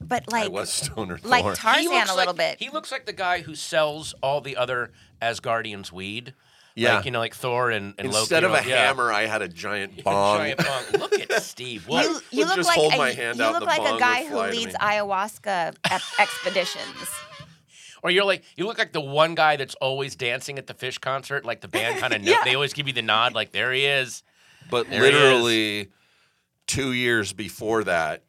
Speaker 3: but
Speaker 4: I
Speaker 3: like
Speaker 4: was <laughs> stoner
Speaker 3: like
Speaker 4: Thor.
Speaker 3: Tarzan
Speaker 2: He looks
Speaker 3: a little
Speaker 2: like-
Speaker 3: bit.
Speaker 2: He looks like the guy who sells all the other Asgardians weed.
Speaker 4: Yeah.
Speaker 2: like, you know, like Thor and, and
Speaker 4: Instead
Speaker 2: Loki.
Speaker 4: of a
Speaker 2: yeah.
Speaker 4: hammer, I had
Speaker 2: <laughs>
Speaker 4: a giant bong.
Speaker 2: Giant bong. Look <laughs> at Steve. What?
Speaker 3: you, you
Speaker 4: would
Speaker 3: look
Speaker 4: just
Speaker 3: like
Speaker 4: hold
Speaker 3: a,
Speaker 4: my hand
Speaker 3: you
Speaker 4: out,
Speaker 3: look
Speaker 4: the
Speaker 3: like
Speaker 4: bong
Speaker 3: a
Speaker 4: would
Speaker 3: guy who
Speaker 4: fly to
Speaker 3: leads
Speaker 4: me.
Speaker 3: ayahuasca ep- expeditions.
Speaker 2: Or you're like, you look like the one guy that's always dancing at the fish concert. Like the band <laughs> kind of,
Speaker 3: Yeah.
Speaker 2: they always give you the nod, like there he is.
Speaker 4: But
Speaker 2: There he is.
Speaker 4: literally two years before that,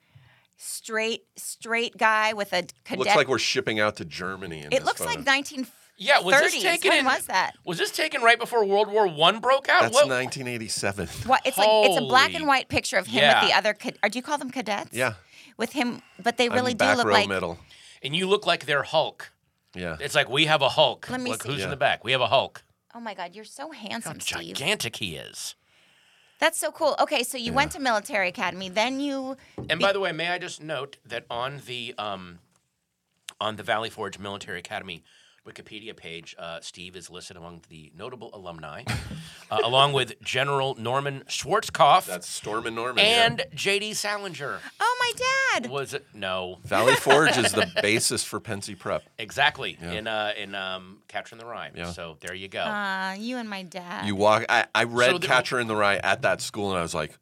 Speaker 3: Straight straight guy with a cadet.
Speaker 4: looks like we're shipping out to Germany. In
Speaker 3: it
Speaker 4: this
Speaker 3: looks
Speaker 4: photo.
Speaker 3: like 19.
Speaker 2: Yeah, was this
Speaker 3: 30s.
Speaker 2: taken
Speaker 3: When
Speaker 2: in-
Speaker 3: was that?
Speaker 2: Was this taken right before World War One broke out?
Speaker 4: That's
Speaker 2: What-
Speaker 3: <laughs>
Speaker 4: 1987.
Speaker 3: What it's like it's a black and
Speaker 2: Holy-
Speaker 3: white picture of him
Speaker 2: Yeah.
Speaker 3: with the other cad- or do you call them cadets?
Speaker 4: Yeah.
Speaker 3: With him but they
Speaker 4: I'm
Speaker 3: really do
Speaker 4: back
Speaker 3: look
Speaker 4: row
Speaker 3: like
Speaker 4: middle.
Speaker 2: and you look like their Hulk.
Speaker 4: Yeah.
Speaker 2: It's like we have a Hulk.
Speaker 3: Let me
Speaker 2: look
Speaker 3: see.
Speaker 2: who's
Speaker 4: Yeah.
Speaker 2: in the back. We have a Hulk.
Speaker 3: Oh my god, you're so handsome, Steve.
Speaker 2: Gigantic he is.
Speaker 3: That's so cool. Okay, so you went to military academy, then you
Speaker 2: And by the way, may I just note that on the um, on the Valley Forge Military Academy Wikipedia page, uh, Steve is listed among the notable <laughs> alumni, uh, along with General Norman Schwarzkopf
Speaker 4: That's Storm and Norman. yeah.
Speaker 3: <laughs>
Speaker 2: and J.D. Salinger.
Speaker 3: Oh, my dad.
Speaker 2: Was it no?
Speaker 4: Valley Forge is the basis for Pensy Prep.
Speaker 2: Exactly in uh, in um, Catching the Rhyme.
Speaker 4: Yeah.
Speaker 2: So there you go.
Speaker 3: Uh, you and my dad.
Speaker 4: You walk. I, I read
Speaker 2: the-
Speaker 4: Catcher in the Rye at that school, and I was like,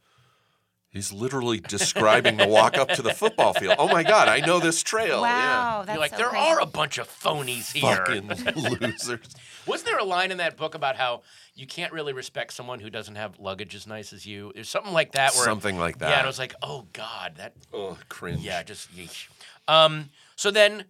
Speaker 4: he's literally describing the walk up to the football field. Oh my god, I know this trail.
Speaker 3: wow, that's
Speaker 2: You're like
Speaker 3: so
Speaker 2: there
Speaker 3: crazy.
Speaker 2: are a bunch of phonies
Speaker 4: Yeah.
Speaker 2: here.
Speaker 4: Fucking <laughs> losers.
Speaker 2: <laughs> Wasn't there a line in that book about how you can't really respect someone who doesn't have luggage as nice as you? There's something like that. Where,
Speaker 4: Something like that.
Speaker 2: Yeah, and I was like, oh god, that.
Speaker 4: Oh, cringe.
Speaker 2: Yeah, just yeesh. Um, so then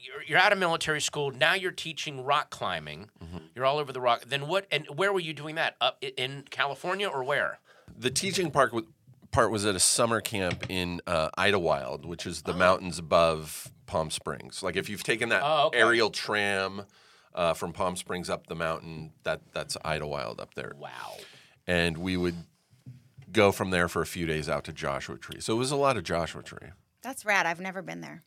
Speaker 2: you're, you're out of military school. Now you're teaching rock climbing.
Speaker 4: Mm-hmm.
Speaker 2: You're all over the rock. Then what? And where were you doing that? Up i- in California or where?
Speaker 4: The teaching part was, part was at a summer camp in uh, Idlewild, which is
Speaker 2: Oh.
Speaker 4: the mountains above Palm Springs. Like if you've taken that
Speaker 2: Oh, okay.
Speaker 4: aerial tram uh, from Palm Springs up the mountain, that that's Idlewild up there.
Speaker 2: Wow.
Speaker 4: and we would go from there for a few days out to Joshua Tree. So it was a lot of Joshua Tree.
Speaker 3: That's rad. I've never been there.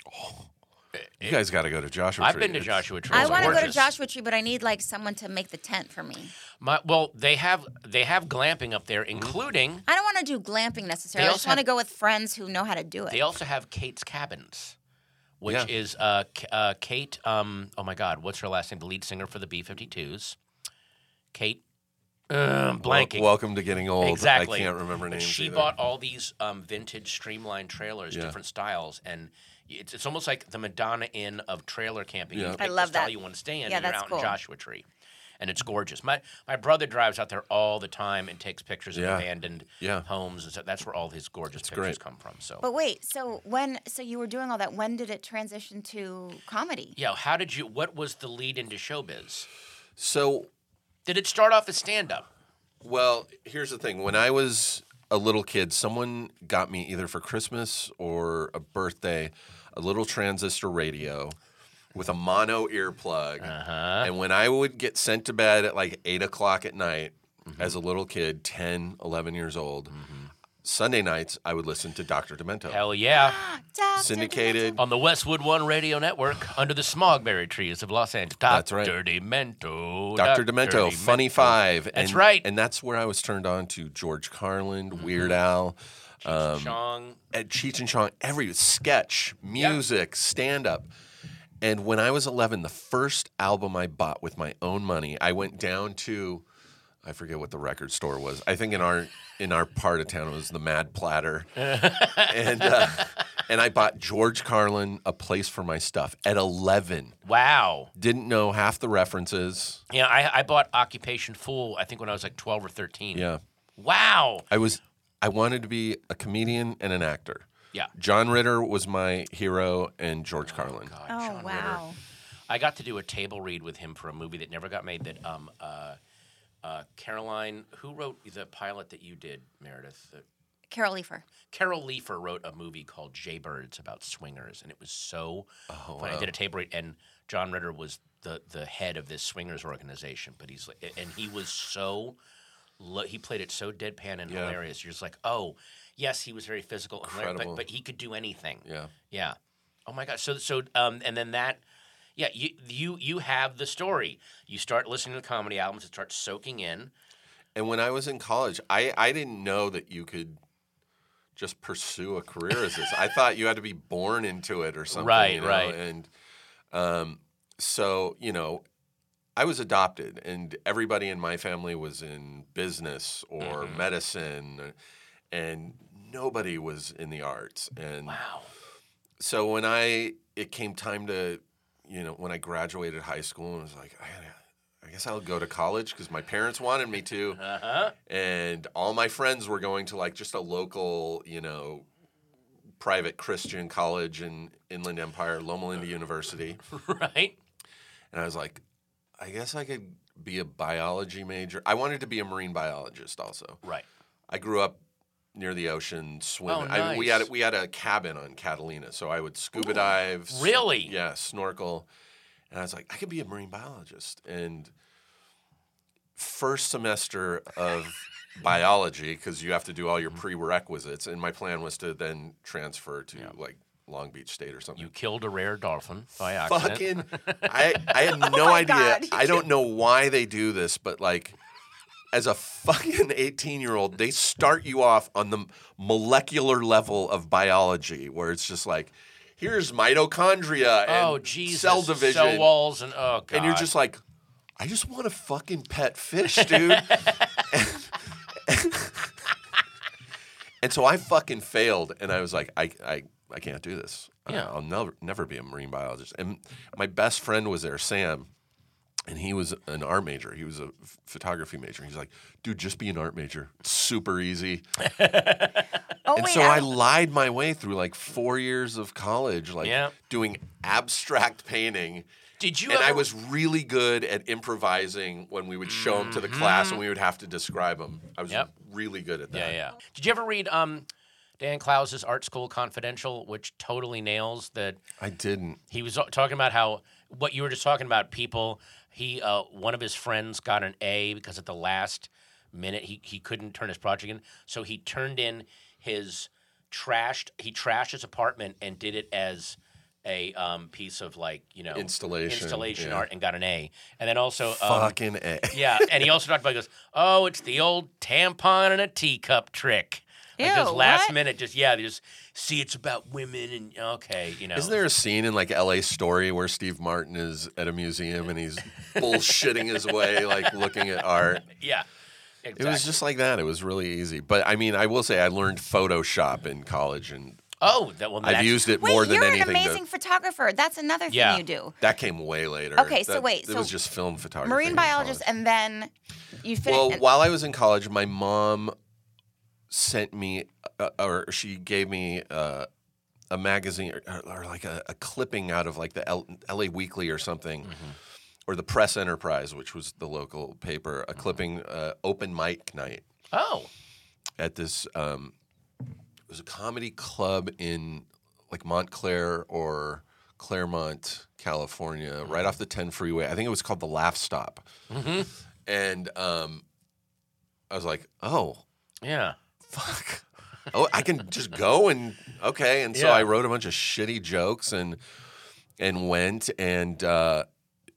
Speaker 4: You guys got to go to Joshua
Speaker 2: I've
Speaker 4: Tree.
Speaker 2: been to
Speaker 4: It's-
Speaker 2: Joshua Tree.
Speaker 3: I
Speaker 2: It's
Speaker 3: want to go to
Speaker 2: gorgeous.
Speaker 3: Joshua Tree, but I need like someone to make the tent for me.
Speaker 2: My, well, they have they have glamping up there, including
Speaker 3: I don't want to do glamping necessarily.
Speaker 2: They
Speaker 3: I just
Speaker 2: also
Speaker 3: want to
Speaker 2: have-
Speaker 3: go with friends who know how to do it.
Speaker 2: they also have Kate's Cabins, which
Speaker 4: Yeah.
Speaker 2: is uh, K- uh, Kate. Um, oh my God, what's her last name? The lead singer for the B-52s, Kate. Uh,
Speaker 4: Wel-
Speaker 2: blanking.
Speaker 4: welcome to getting old.
Speaker 2: Exactly.
Speaker 4: I can't remember
Speaker 2: But
Speaker 4: names.
Speaker 2: She
Speaker 4: either.
Speaker 2: bought all these um, vintage streamlined trailers,
Speaker 4: Yeah.
Speaker 2: different styles, and it's, it's almost like the Madonna Inn of trailer camping. You
Speaker 4: Yeah.
Speaker 2: pick
Speaker 3: I love
Speaker 2: the style
Speaker 3: that.
Speaker 2: you want to stay in,
Speaker 3: Yeah,
Speaker 2: and you're
Speaker 3: that's
Speaker 2: out
Speaker 3: cool.
Speaker 2: in Joshua Tree, and it's gorgeous. My my brother drives out there all the time and takes pictures
Speaker 4: Yeah.
Speaker 2: of abandoned
Speaker 4: Yeah.
Speaker 2: homes, and so that's where all his gorgeous pictures
Speaker 4: great.
Speaker 2: come from. So.
Speaker 3: But wait, so when so you were doing all that, when did it transition to comedy?
Speaker 2: yeah, how did you? What was the lead into showbiz?
Speaker 4: So,
Speaker 2: Did it start off as stand-up?
Speaker 4: well, here's the thing. When I was a little kid, someone got me either for Christmas or a birthday a little transistor radio with a mono earplug.
Speaker 2: Uh-huh.
Speaker 4: And when I would get sent to bed at like eight o'clock at night
Speaker 2: Mm-hmm.
Speaker 4: as a little kid, 10, 11 years old, Sunday nights, I would listen to Dr. Demento.
Speaker 2: Hell
Speaker 3: Ah.
Speaker 2: yeah! Oh,
Speaker 3: Doctor
Speaker 4: syndicated.
Speaker 2: On the Westwood One Radio Network, under the smogberry trees of Los Angeles.
Speaker 4: That's right.
Speaker 2: Dr. Demento.
Speaker 4: Dr. Demento, Funny Five.
Speaker 2: That's
Speaker 4: and,
Speaker 2: right. Mm-hmm.
Speaker 4: And that's where I was turned on to George Carlin, Weird Al,
Speaker 2: Um, Chong.
Speaker 4: at Cheech and Chong, every sketch, music, stand up. And when I was 11, the first album I bought with my own money, I went down to I forget what the record store was. I think in our in our part of town it was the Mad Platter. and uh, and I bought George Carlin A Place for My Stuff at 11.
Speaker 2: Wow.
Speaker 4: Didn't know half the references.
Speaker 2: Yeah, I, I bought Occupation Fool, I think, when I was like 12 or 13.
Speaker 4: Yeah.
Speaker 2: Wow.
Speaker 4: I was I wanted to be a comedian and an actor.
Speaker 2: Yeah.
Speaker 4: John Ritter was my hero and George Carlin.
Speaker 3: Oh
Speaker 2: John Ritter.
Speaker 3: wow.
Speaker 2: I got to do a table read with him for a movie that never got made that um, uh, uh, Caroline, who wrote the pilot that you did, Meredith? Uh,
Speaker 3: Carol Leifer.
Speaker 2: Carol Leifer wrote a movie called Jaybirds about swingers, and it was so
Speaker 4: Oh,
Speaker 2: funny. I did a tape read, and John Ritter was the the head of this swingers organization, but he's like, and he was so lo- he played it so deadpan and
Speaker 4: Yeah.
Speaker 2: hilarious. You're just like, oh, yes, he was very physical, and hilarious,
Speaker 4: Incredible.
Speaker 2: but but he could do anything.
Speaker 4: Yeah.
Speaker 2: Yeah. Oh my gosh. So so um and then that yeah, you you you have the story. You start listening to comedy albums, it starts soaking in.
Speaker 4: And when I was in college, I, I didn't know that you could just pursue a career as this. I thought you had to be born into it or something.
Speaker 2: Right,
Speaker 4: you know?
Speaker 2: right.
Speaker 4: And um, so, you know, I was adopted, and everybody in my family was in business or
Speaker 2: Mm-hmm.
Speaker 4: medicine, and nobody was in the arts. And
Speaker 2: Wow.
Speaker 4: so when I it came time to, you know, when I graduated high school and was like, I, gotta- I guess I'll go to college because my parents wanted me to,
Speaker 2: Uh-huh. <laughs>
Speaker 4: and all my friends were going to like just a local, you know, private Christian college in Inland Empire, Loma Linda University,
Speaker 2: right?
Speaker 4: and I was like, I guess I could be a biology major. I wanted to be a marine biologist also.
Speaker 2: Right.
Speaker 4: I grew up near the ocean
Speaker 2: Oh,
Speaker 4: swimming. I, we had
Speaker 2: nice.
Speaker 4: we had a cabin on Catalina, so I would scuba dive. s-
Speaker 2: Really?
Speaker 4: yeah, snorkel. And I was like, I could be a marine biologist. And first semester
Speaker 2: <laughs>
Speaker 4: of biology because you have to do all
Speaker 2: Mm-hmm.
Speaker 4: your prerequisites, and my plan was to then transfer to like Long Beach State or something.
Speaker 2: You killed a rare dolphin by accident.
Speaker 4: fucking I I had no idea.
Speaker 3: God.
Speaker 4: I don't know why they do this, but like as a fucking 18 year old, they start you off on the molecular level of biology where it's just like here's mitochondria and
Speaker 2: oh Jesus!
Speaker 4: cell division.
Speaker 2: cell walls, and oh god.
Speaker 4: and you're just like I just want to fucking pet fish, dude.
Speaker 2: <laughs>
Speaker 4: <laughs> and so I fucking failed and I was like I I I can't do this. I-
Speaker 2: Yeah.
Speaker 4: I'll never never be a marine biologist. And my best friend was there, Sam, and he was an art major. He was a ph- photography major. He's like, "Dude, just be an art major. It's super easy."
Speaker 3: Oh
Speaker 4: and
Speaker 3: wait,
Speaker 4: so
Speaker 3: I-
Speaker 4: I lied my way through like 4 years of college like
Speaker 2: Yeah.
Speaker 4: doing abstract painting
Speaker 2: did you?
Speaker 4: and I
Speaker 2: ever-
Speaker 4: was really good at improvising when we would show them to the class and
Speaker 3: Mm-hmm.
Speaker 4: we would have to describe them. I was
Speaker 2: Yep.
Speaker 4: really good at that.
Speaker 2: Yeah, yeah. Did you ever read um, Dan Klaus's Art School Confidential, which totally nails that?
Speaker 4: I didn't.
Speaker 2: He was uh, talking about how what you were just talking about. People, he uh, one of his friends got an A because at the last minute he he couldn't turn his project in, so he turned in his trashed he trashed his apartment and did it as a um, piece of like you know
Speaker 4: Installation,
Speaker 2: installation
Speaker 4: yeah.
Speaker 2: art and got an A, and then also um,
Speaker 4: Fucking A.
Speaker 3: <laughs>
Speaker 2: yeah, and he also talked about he goes, "Oh, it's the old tampon and a teacup trick." Like just
Speaker 3: Ew,
Speaker 2: last
Speaker 3: what?
Speaker 2: minute, just yeah, they just see it's about women and okay, you know.
Speaker 4: Isn't there a scene in like LA Story where Steve Martin is at a museum and
Speaker 3: <laughs>
Speaker 4: he's bullshitting his way, like looking at art?
Speaker 2: Yeah,
Speaker 4: It
Speaker 2: exactly.
Speaker 4: was just like that. It was really easy. But I mean, I will say I learned Photoshop in college and
Speaker 2: oh, that well,
Speaker 4: I've
Speaker 2: that's-
Speaker 4: used it
Speaker 3: wait,
Speaker 4: more than
Speaker 3: you're
Speaker 4: anything.
Speaker 3: an
Speaker 4: to-
Speaker 3: amazing photographer. That's another thing
Speaker 2: Yeah.
Speaker 3: you do.
Speaker 4: that came way later.
Speaker 3: Okay, so
Speaker 4: That-
Speaker 3: wait,
Speaker 4: It
Speaker 3: so
Speaker 4: was just film photography.
Speaker 3: Marine
Speaker 4: in college.
Speaker 3: biologist, and then you finish.
Speaker 4: Well,
Speaker 3: and-
Speaker 4: while I was in college, my mom sent me, uh, or she gave me uh, a magazine or, or like a, a clipping out of like the L- LA Weekly or something, or the Press Enterprise, which was the local paper, a clipping uh, open mic night
Speaker 2: oh,
Speaker 4: at this, um, it was a comedy club in like Montclair or Claremont, California, right off the 10 freeway. I think it was called the Laugh Stop
Speaker 2: hmm
Speaker 4: and um, I was like, oh
Speaker 2: yeah,
Speaker 4: fuck, oh I can just go and okay. And so
Speaker 2: Yeah.
Speaker 4: I wrote a bunch of shitty jokes and and went and uh,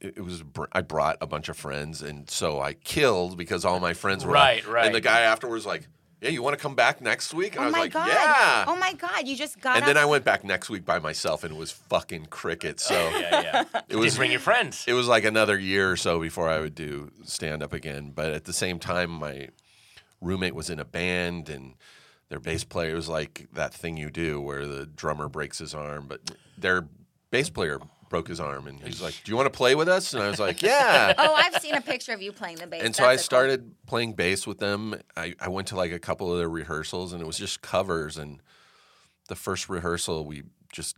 Speaker 4: it, it was br- I brought a bunch of friends and so I killed because all my friends were
Speaker 2: Right,
Speaker 4: like-
Speaker 2: right.
Speaker 4: And the guy afterwards like, yeah, you want to come back next week? And I
Speaker 3: oh
Speaker 4: was
Speaker 3: my
Speaker 4: like,
Speaker 3: god!
Speaker 4: yeah.
Speaker 3: Oh my god! You just got
Speaker 4: and
Speaker 3: up.
Speaker 4: then I went back next week by myself, and it was fucking cricket. So
Speaker 2: <laughs> yeah, yeah.
Speaker 4: <laughs> it
Speaker 2: Just
Speaker 4: was
Speaker 2: bring your friends.
Speaker 4: it was like another year or so before I would do stand up again. But at the same time, my roommate was in a band and their bass player was like that thing you do where the drummer breaks his arm, but their bass player broke his arm and he's like, Do you want to play with us? And I was like, Yeah.
Speaker 3: <laughs> oh, I've seen a picture of you playing the bass.
Speaker 4: And so
Speaker 3: That's
Speaker 4: I
Speaker 3: a cool-
Speaker 4: started playing bass with them. I, I went to like a couple of their rehearsals and it was just covers. And the first rehearsal, we just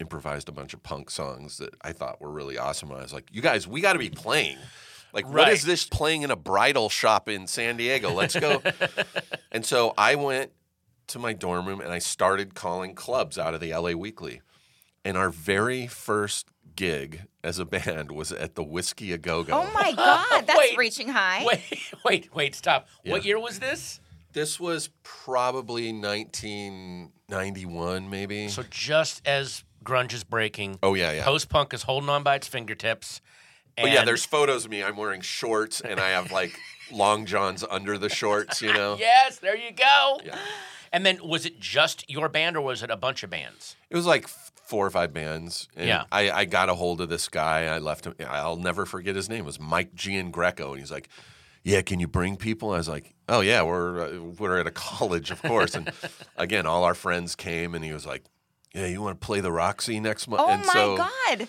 Speaker 4: improvised a bunch of punk songs that I thought were really awesome. And I was like, you guys, we got to be playing. Like, what
Speaker 2: Right.
Speaker 4: is this playing in a bridal shop in San Diego? Let's go. and so I went to my dorm room and I started calling clubs out of the LA Weekly. And our very first gig as a band was at the Whiskey a Go Go.
Speaker 3: <laughs> Oh my
Speaker 4: <laughs>
Speaker 3: god! That's
Speaker 2: Wait.
Speaker 3: reaching high.
Speaker 2: Wait, wait, <laughs> wait, stop. What
Speaker 4: Yeah.
Speaker 2: year was this?
Speaker 4: This was probably 1991, maybe.
Speaker 2: So just as grunge is breaking,
Speaker 4: oh yeah, yeah.
Speaker 2: post punk is holding on by its fingertips.
Speaker 4: oh
Speaker 2: And
Speaker 4: yeah, there's photos of me. I'm wearing shorts and I have like long johns under the shorts. You know.
Speaker 2: yes, there you go.
Speaker 4: Yeah.
Speaker 2: And then was it just your band or was it a bunch of bands?
Speaker 4: It was like f- four or five bands. And
Speaker 2: Yeah.
Speaker 4: I, I got a hold of this guy. I left him. I'll never forget his name. It was Mike Gian Greco, and he's like, "Yeah, can you bring people?" I was like, "Oh yeah, we're uh, we're at a college, of course." and again, all our friends came, and he was like. Yeah, you want to play the Roxy next month?
Speaker 3: Oh
Speaker 4: and
Speaker 3: my
Speaker 4: so,
Speaker 3: god!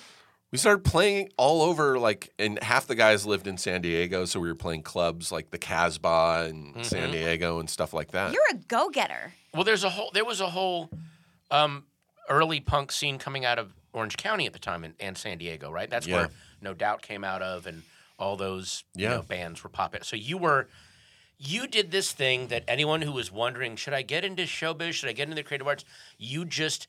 Speaker 4: We started playing all over, like, and half the guys lived in San Diego, so we were playing clubs like the Casbah and
Speaker 2: Mm-hmm.
Speaker 4: San Diego and stuff like that.
Speaker 3: You're a go-getter.
Speaker 2: Well, there's a whole there was a whole um, early punk scene coming out of Orange County at the time and, and San Diego, right? That's
Speaker 4: Yeah.
Speaker 2: where No Doubt came out of, and all those you
Speaker 4: Yeah.
Speaker 2: know, bands were popping. So you were you did this thing that anyone who was wondering, should I get into showbiz? Should I get into the creative arts? You just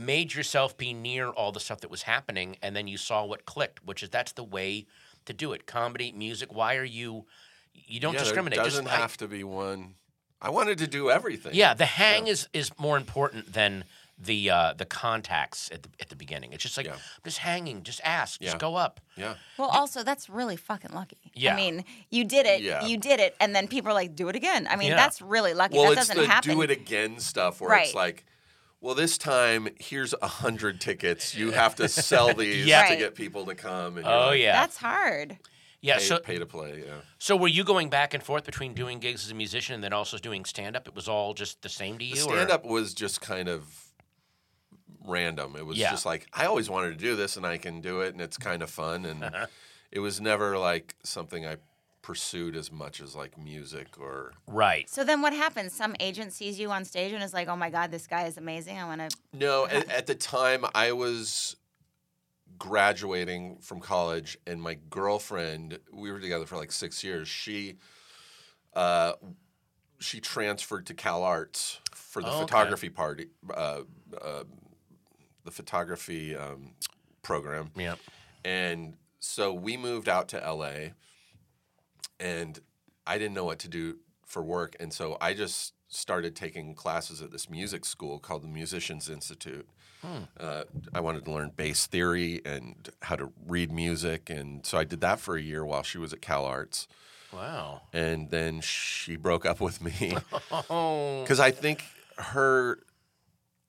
Speaker 2: made yourself be near all the stuff that was happening, and then you saw what clicked, which is that's the way to do it. Comedy, music. Why are you? You don't
Speaker 4: yeah,
Speaker 2: discriminate.
Speaker 4: There
Speaker 2: Just-
Speaker 4: doesn't
Speaker 2: I-
Speaker 4: have to be one. I wanted to do everything.
Speaker 2: Yeah, the hang is is more important than the uh, the contacts at the, at the beginning. It's just like
Speaker 4: Yeah.
Speaker 2: just hanging, just ask, just
Speaker 4: Yeah.
Speaker 2: go up.
Speaker 4: Yeah.
Speaker 3: Well, also that's really fucking lucky.
Speaker 2: Yeah.
Speaker 3: I mean, you did it.
Speaker 4: Yeah.
Speaker 3: You did it, and then people are like, "Do it again." I mean,
Speaker 2: Yeah.
Speaker 3: that's really lucky.
Speaker 4: Well,
Speaker 3: that
Speaker 4: it's
Speaker 3: doesn't
Speaker 4: the
Speaker 3: happen.
Speaker 4: do it again stuff where it's
Speaker 3: Right.
Speaker 4: like, well, this time here's a hundred tickets.
Speaker 2: <laughs>
Speaker 4: You have to sell these
Speaker 2: Yeah.
Speaker 4: to
Speaker 3: Right.
Speaker 4: get people to come. And you're
Speaker 2: Oh
Speaker 4: like,
Speaker 2: yeah,
Speaker 3: That's hard.
Speaker 2: yeah.
Speaker 4: Pay,
Speaker 2: So
Speaker 4: pay to play. Yeah.
Speaker 2: so were you going back and forth between doing gigs as a musician and then also doing stand up? It was all just the same to you.
Speaker 4: The
Speaker 2: or-
Speaker 4: stand up was just kind of random. It was
Speaker 2: Yeah.
Speaker 4: just like I always wanted to do this, and I can do it, and it's kind of fun. And
Speaker 2: <laughs>
Speaker 4: it was never like something I pursued as much as like music or
Speaker 2: right?
Speaker 3: So then, what happens? Some agent sees you on stage and is like, "Oh my god, this guy is amazing. I want to."
Speaker 4: No, at, at the time I was graduating from college, and my girlfriend, we were together for like six years. She, uh, she transferred to Cal Arts for the
Speaker 2: Oh, okay.
Speaker 4: photography party, uh, uh, the photography um, program,
Speaker 2: Yeah.
Speaker 4: and so we moved out to LA, and I didn't know what to do for work, and so I just started taking classes at this music school called the Musicians Institute. Uh, I wanted to learn bass theory and how to read music, and so I did that for a year while she was at Cal Arts,
Speaker 2: Wow.
Speaker 4: and then she broke up with me
Speaker 2: Oh.
Speaker 4: because I think her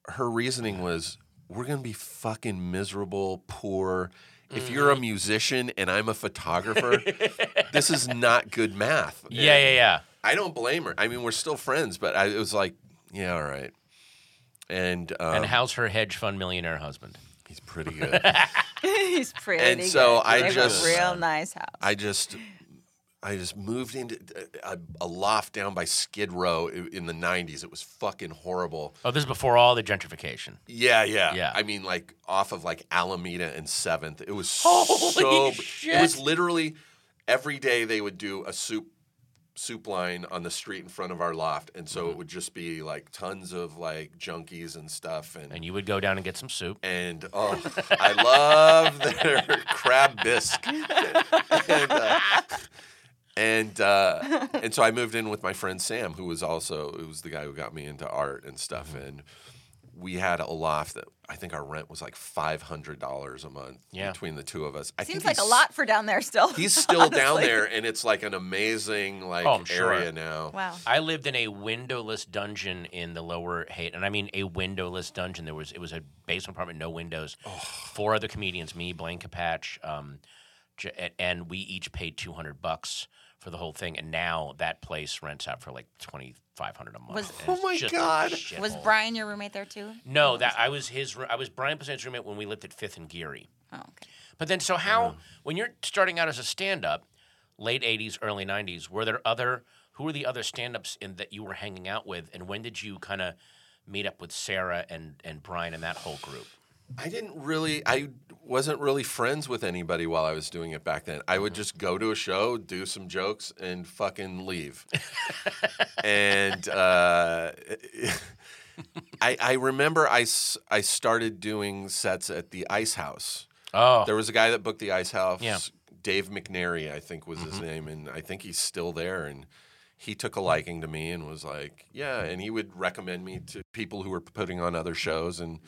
Speaker 4: her reasoning was we're gonna be fucking miserable, poor. If
Speaker 2: Mm-hmm.
Speaker 4: you're a musician and I'm
Speaker 2: <laughs>
Speaker 4: a photographer, this is not good math.
Speaker 2: Yeah, yeah, yeah.
Speaker 4: I don't blame her. I mean, we're still friends, but I, it was like, yeah, all right. And, um,
Speaker 2: and how's her hedge fund millionaire husband?
Speaker 4: he's pretty good.
Speaker 3: <laughs> He's pretty.
Speaker 4: And so
Speaker 3: good.
Speaker 4: I
Speaker 3: They have
Speaker 4: just-
Speaker 3: a real nice house.
Speaker 4: I just, I just moved into a, a loft down by Skid Row i- in the '90s. It was fucking horrible.
Speaker 2: Oh, this is before all the gentrification.
Speaker 4: Yeah, yeah,
Speaker 2: Yeah.
Speaker 4: I mean, like off of like Alameda and Seventh. It was so.
Speaker 2: <laughs> Holy
Speaker 4: It was
Speaker 2: shit.
Speaker 4: literally every day they would do a soup soup line on the street in front of our loft, and so
Speaker 2: Mm-hmm.
Speaker 4: it would just be like tons of like junkies and stuff, and
Speaker 2: And you would go down and get some soup.
Speaker 4: and oh, I love their <laughs> crab bisque. and uh, and, uh, and so I moved in with my friend Sam, who was also who was the guy who got me into art and stuff.
Speaker 2: Mm-hmm.
Speaker 4: And we had a loft that I think our rent was like five hundred dollars a month
Speaker 2: Yeah.
Speaker 4: between the two of us. I
Speaker 3: Seems
Speaker 4: think
Speaker 3: like a
Speaker 4: he's-
Speaker 3: lot for down there still.
Speaker 4: He's still down
Speaker 3: honestly.
Speaker 4: there, and it's like an amazing like
Speaker 2: Oh, I'm sure.
Speaker 4: area now.
Speaker 3: <laughs> Wow.
Speaker 2: I lived in a windowless dungeon in the lower Haight, and I mean a windowless dungeon. There was it was a basement apartment, no windows. Four other comedians, me, Blaine Capatch, um, J- a- and we each paid two hundred bucks for the whole thing. And now that place rents out for like twenty five hundred a month.
Speaker 3: Was-
Speaker 2: And it's
Speaker 4: Oh my
Speaker 2: just a
Speaker 4: God.
Speaker 3: Was
Speaker 2: shithole.
Speaker 3: Brian your roommate there too?
Speaker 2: No, that I was his. roo- I was Brian Posehn's roommate when we lived at Fifth and Geary.
Speaker 3: Oh, okay.
Speaker 2: But then, so how
Speaker 4: Mm-hmm.
Speaker 2: when you're starting out as a stand-up, late '80s, early '90s, were there other who were the other stand-ups in that you were hanging out with, and when did you kind of meet up with Sarah and and Brian and that whole group?
Speaker 4: I didn't really. I wasn't really friends with anybody while I was doing it back then. I would just go to a show, do some jokes, and fucking leave. and uh, <laughs> I, I remember I, s- I started doing sets at the Ice House.
Speaker 2: Oh,
Speaker 4: There was a guy that booked the Ice House.
Speaker 2: Yeah.
Speaker 4: Dave McNary, I think was his name, and I think he's still there. And he took a liking to me and was like, "Yeah," and he would recommend me to people who were putting on other shows, and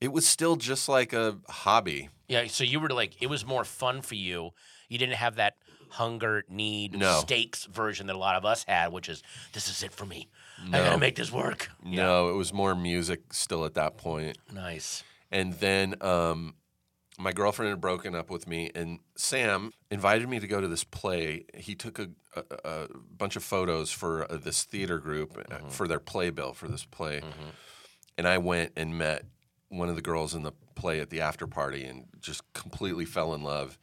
Speaker 4: it was still just like a hobby.
Speaker 2: yeah. So you were like, it was more fun for you. You didn't have that hunger, need,
Speaker 4: No.
Speaker 2: stakes version that a lot of us had, which is this is it for me. I gotta make this work.
Speaker 4: No, it was more music still at that point.
Speaker 2: Nice.
Speaker 4: And then um, my girlfriend had broken up with me, and Sam invited me to go to this play. He took a, a, a bunch of photos for uh, this theater group uh, for their playbill for this play. And I went and met one of the girls in the play at the after party and just completely fell in love.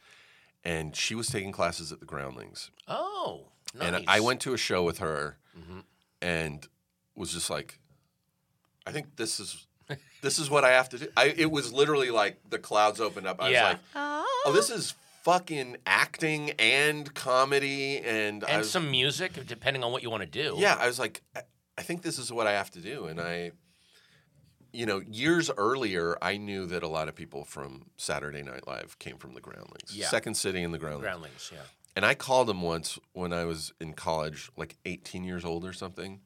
Speaker 4: And she was taking classes at the Groundlings.
Speaker 2: Oh, nice.
Speaker 4: And I went to a show with her and was just like, I think this is this is what I have to do. I, it was literally like the clouds opened up. I
Speaker 2: Yeah.
Speaker 4: was like, oh, this is fucking acting and comedy and, I
Speaker 2: and
Speaker 4: was,
Speaker 2: some music, depending on what you want to do.
Speaker 4: yeah. I was like, I, I think this is what I have to do, and I you know, years earlier, I knew that a lot of people from Saturday Night Live came from the Groundlings,
Speaker 2: Yeah.
Speaker 4: Second City and the Groundlings.
Speaker 2: Groundlings, yeah.
Speaker 4: And I called him once when I was in college, like 18 years old or something.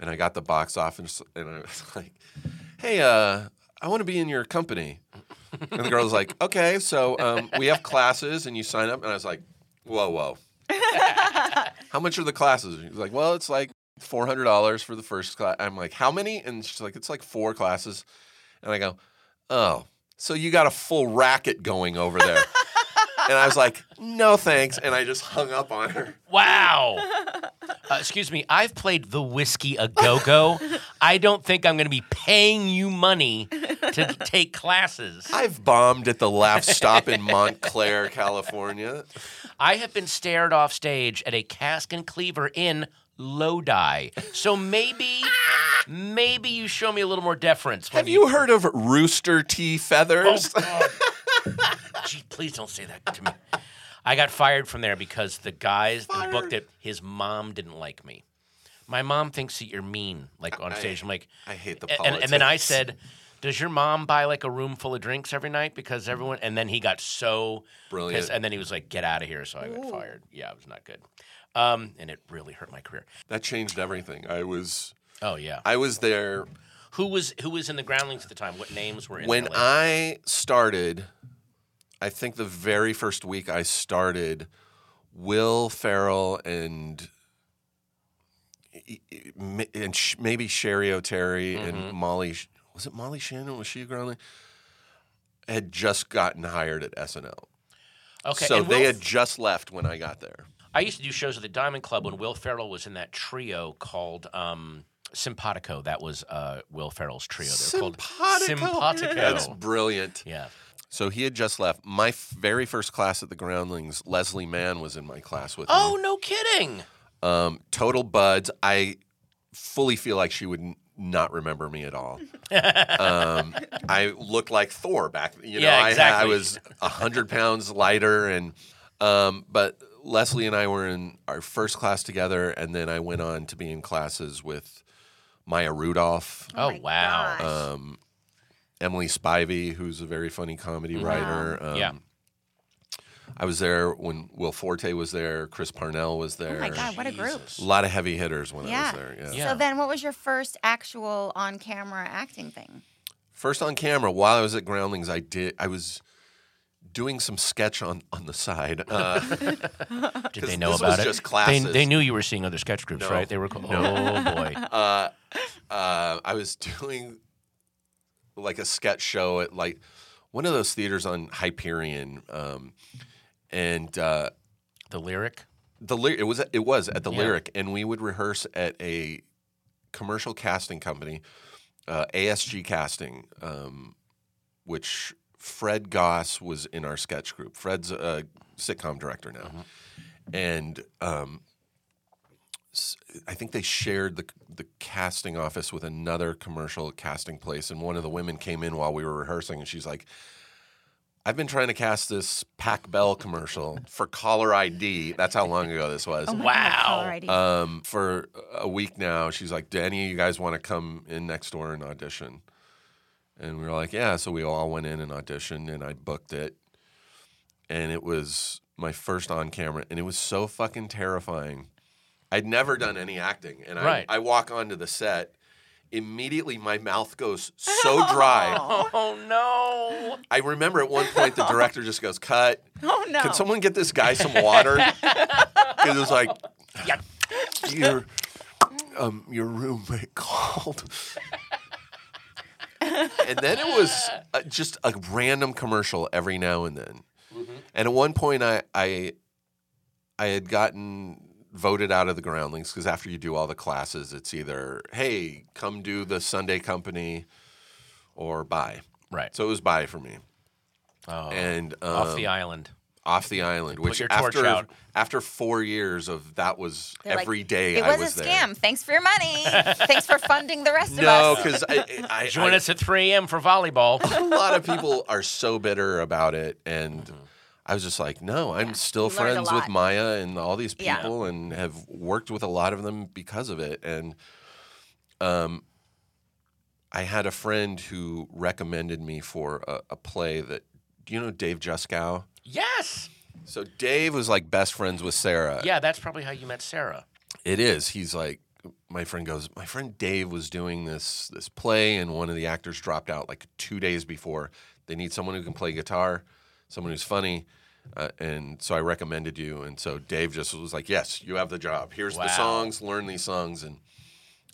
Speaker 4: And I got the box office and I was <laughs> like, hey, uh, I want to be in your company. And the girl was like, okay, so um, we have classes and you sign up. And I was like, whoa, whoa. How much are the classes? She's like, well, it's like $400 for the first class. I'm like, how many? And she's like, it's like four classes. And I go, oh, so you got a full racket going over there. And I was like, no thanks. And I just hung up on her.
Speaker 2: Wow. Uh, excuse me. I've played the whiskey a go go. I don't think I'm going to be paying you money to take classes.
Speaker 4: I've bombed at the laugh stop in Montclair, California.
Speaker 2: I have been stared off stage at a cask and cleaver in Lodi. So maybe, maybe you show me a little more deference. when
Speaker 4: Ah! Have you heard of Rooster Tea Feathers?
Speaker 2: Gee, please don't say that to me. I got fired from there because the guys that booked it, his mom didn't like me. My mom thinks that you're mean, like on stage. I'm like,
Speaker 4: I hate the
Speaker 2: A- and, and then I
Speaker 4: politics.
Speaker 2: said, "Does your mom buy like a room full of drinks every night?" Because everyone, and then he got so
Speaker 4: Brilliant.
Speaker 2: pissed, and then he was like, "Get out of here!" So I got fired. Yeah, it was not good, um, and it really hurt my career.
Speaker 4: That changed everything. I was
Speaker 2: Oh yeah,
Speaker 4: I was there
Speaker 2: who was who was in the Groundlings at the time? What names were in?
Speaker 4: when
Speaker 2: LA?
Speaker 4: I started, I think the very first week I started, Will Farrell and e, and sh- maybe Sherry O'Terry
Speaker 2: Mm-hmm.
Speaker 4: and Molly Sh- was it Molly Shannon was she a groundling? Had just gotten hired at SNL,
Speaker 2: okay,
Speaker 4: so
Speaker 2: and
Speaker 4: they
Speaker 2: Will-
Speaker 4: had just left when I got there.
Speaker 2: I used to do shows at the Diamond Club when Will Ferrell was in that trio called um, Simpatico. That was uh, Will Ferrell's trio. They were called Simpatico.
Speaker 4: That's brilliant.
Speaker 2: yeah.
Speaker 4: So he had just left. My f- very first class at the Groundlings, Leslie Mann was in my class with me.
Speaker 2: Oh no, kidding.
Speaker 4: Um, total buds. I fully feel like she would n- not remember me at all. um, I looked like Thor back. You know,
Speaker 2: Yeah,
Speaker 4: I, I
Speaker 2: exactly.
Speaker 4: was hundred pounds lighter, and um, but Leslie and I were in our first class together, and then I went on to be in classes with Maya Rudolph,
Speaker 2: Oh,
Speaker 3: my
Speaker 2: wow.
Speaker 3: gosh.
Speaker 4: um, Emily Spivey, who's a very funny comedy writer. Um,
Speaker 2: Mm-hmm. yeah.
Speaker 4: I was there when Will Forte was there, Chris Parnell was there.
Speaker 3: Oh my God, what a group.
Speaker 4: A lot of heavy hitters when I was there. Yeah.
Speaker 2: Yeah.
Speaker 3: So then, what was your first actual on-camera acting thing?
Speaker 4: First on camera, while I was at Groundlings, I did. I was doing some sketch on on the side. Uh,
Speaker 2: Did
Speaker 4: 'Cause
Speaker 2: they know
Speaker 4: this was
Speaker 2: about it?
Speaker 4: just
Speaker 2: they,
Speaker 4: classes.
Speaker 2: they knew you were seeing other sketch groups,
Speaker 4: No.
Speaker 2: right? They were. co- Oh boy.
Speaker 4: uh, uh, I was doing like a sketch show at like one of those theaters on Hyperion, um, and. Uh,
Speaker 2: The
Speaker 3: <laughs>
Speaker 2: lyric.
Speaker 4: the ly- it was it was at the
Speaker 2: Yeah.
Speaker 4: lyric, and we would rehearse at a commercial casting company, uh, ASG Casting, um, which Fred Goss was in our sketch group. Fred's a sitcom director now, and um, s- I think they shared the the casting office with another commercial casting place. And one of the women came in while we were rehearsing, and she's like. I've been trying to cast this Pac Bell commercial for caller ID. That's how long ago this was.
Speaker 2: Wow.
Speaker 3: Alrighty.
Speaker 4: Um, for a week now, she's like, "Do any of you guys want to come in next door and audition?" And we were like, "Yeah." So we all went in and auditioned, and I booked it, and it was my first on camera, and it was so fucking terrifying. I'd never done any acting, and
Speaker 2: Right.
Speaker 4: I, I walk onto the set. Immediately, my mouth goes so dry.
Speaker 2: Oh no.
Speaker 4: I remember at one point the director just goes, "Cut."
Speaker 3: oh no!
Speaker 4: Can someone get this guy some water? Because it's like,
Speaker 2: Yeah.
Speaker 4: your um your roommate called. and then it was uh, just a random commercial every now and then. And at one point I I I had gotten voted out of the groundlings because after you do all the classes it's either hey come do the sunday company or bye
Speaker 2: Right.
Speaker 4: so it was bye for me
Speaker 2: Oh,
Speaker 4: and um,
Speaker 2: off the island.
Speaker 4: off the island which
Speaker 2: your torch
Speaker 4: after
Speaker 2: out.
Speaker 4: after four years of that was
Speaker 3: They're like,
Speaker 4: every day.
Speaker 3: It
Speaker 4: I
Speaker 3: was,
Speaker 4: was
Speaker 3: a
Speaker 4: there
Speaker 3: scam. Thanks for your
Speaker 4: <laughs>
Speaker 3: money. Thanks for funding the rest of
Speaker 4: no,
Speaker 3: us.
Speaker 4: because <laughs> I, I, I
Speaker 2: Join us at 3 a.m. for volleyball.
Speaker 4: <laughs> A lot of people are so bitter about it, and I was just like, no, I'm still
Speaker 3: you learned a
Speaker 4: friends with
Speaker 3: lot.
Speaker 4: Maya and all these
Speaker 3: Yeah.
Speaker 4: people, and have worked with a lot of them because of it, and um, I had a friend who recommended me for a, a play that, do you know Dave Juskow?
Speaker 2: Yes.
Speaker 4: So Dave was like best friends with Sarah.
Speaker 2: Yeah, that's probably how you met Sarah.
Speaker 4: It is. He's like, my friend goes, my friend Dave was doing this this play, and one of the actors dropped out like two days before. They need someone who can play guitar, someone who's funny, uh, and so I recommended you. And so Dave just was like, yes, you have the job. Here's
Speaker 2: Wow.
Speaker 4: the songs. Learn these songs, and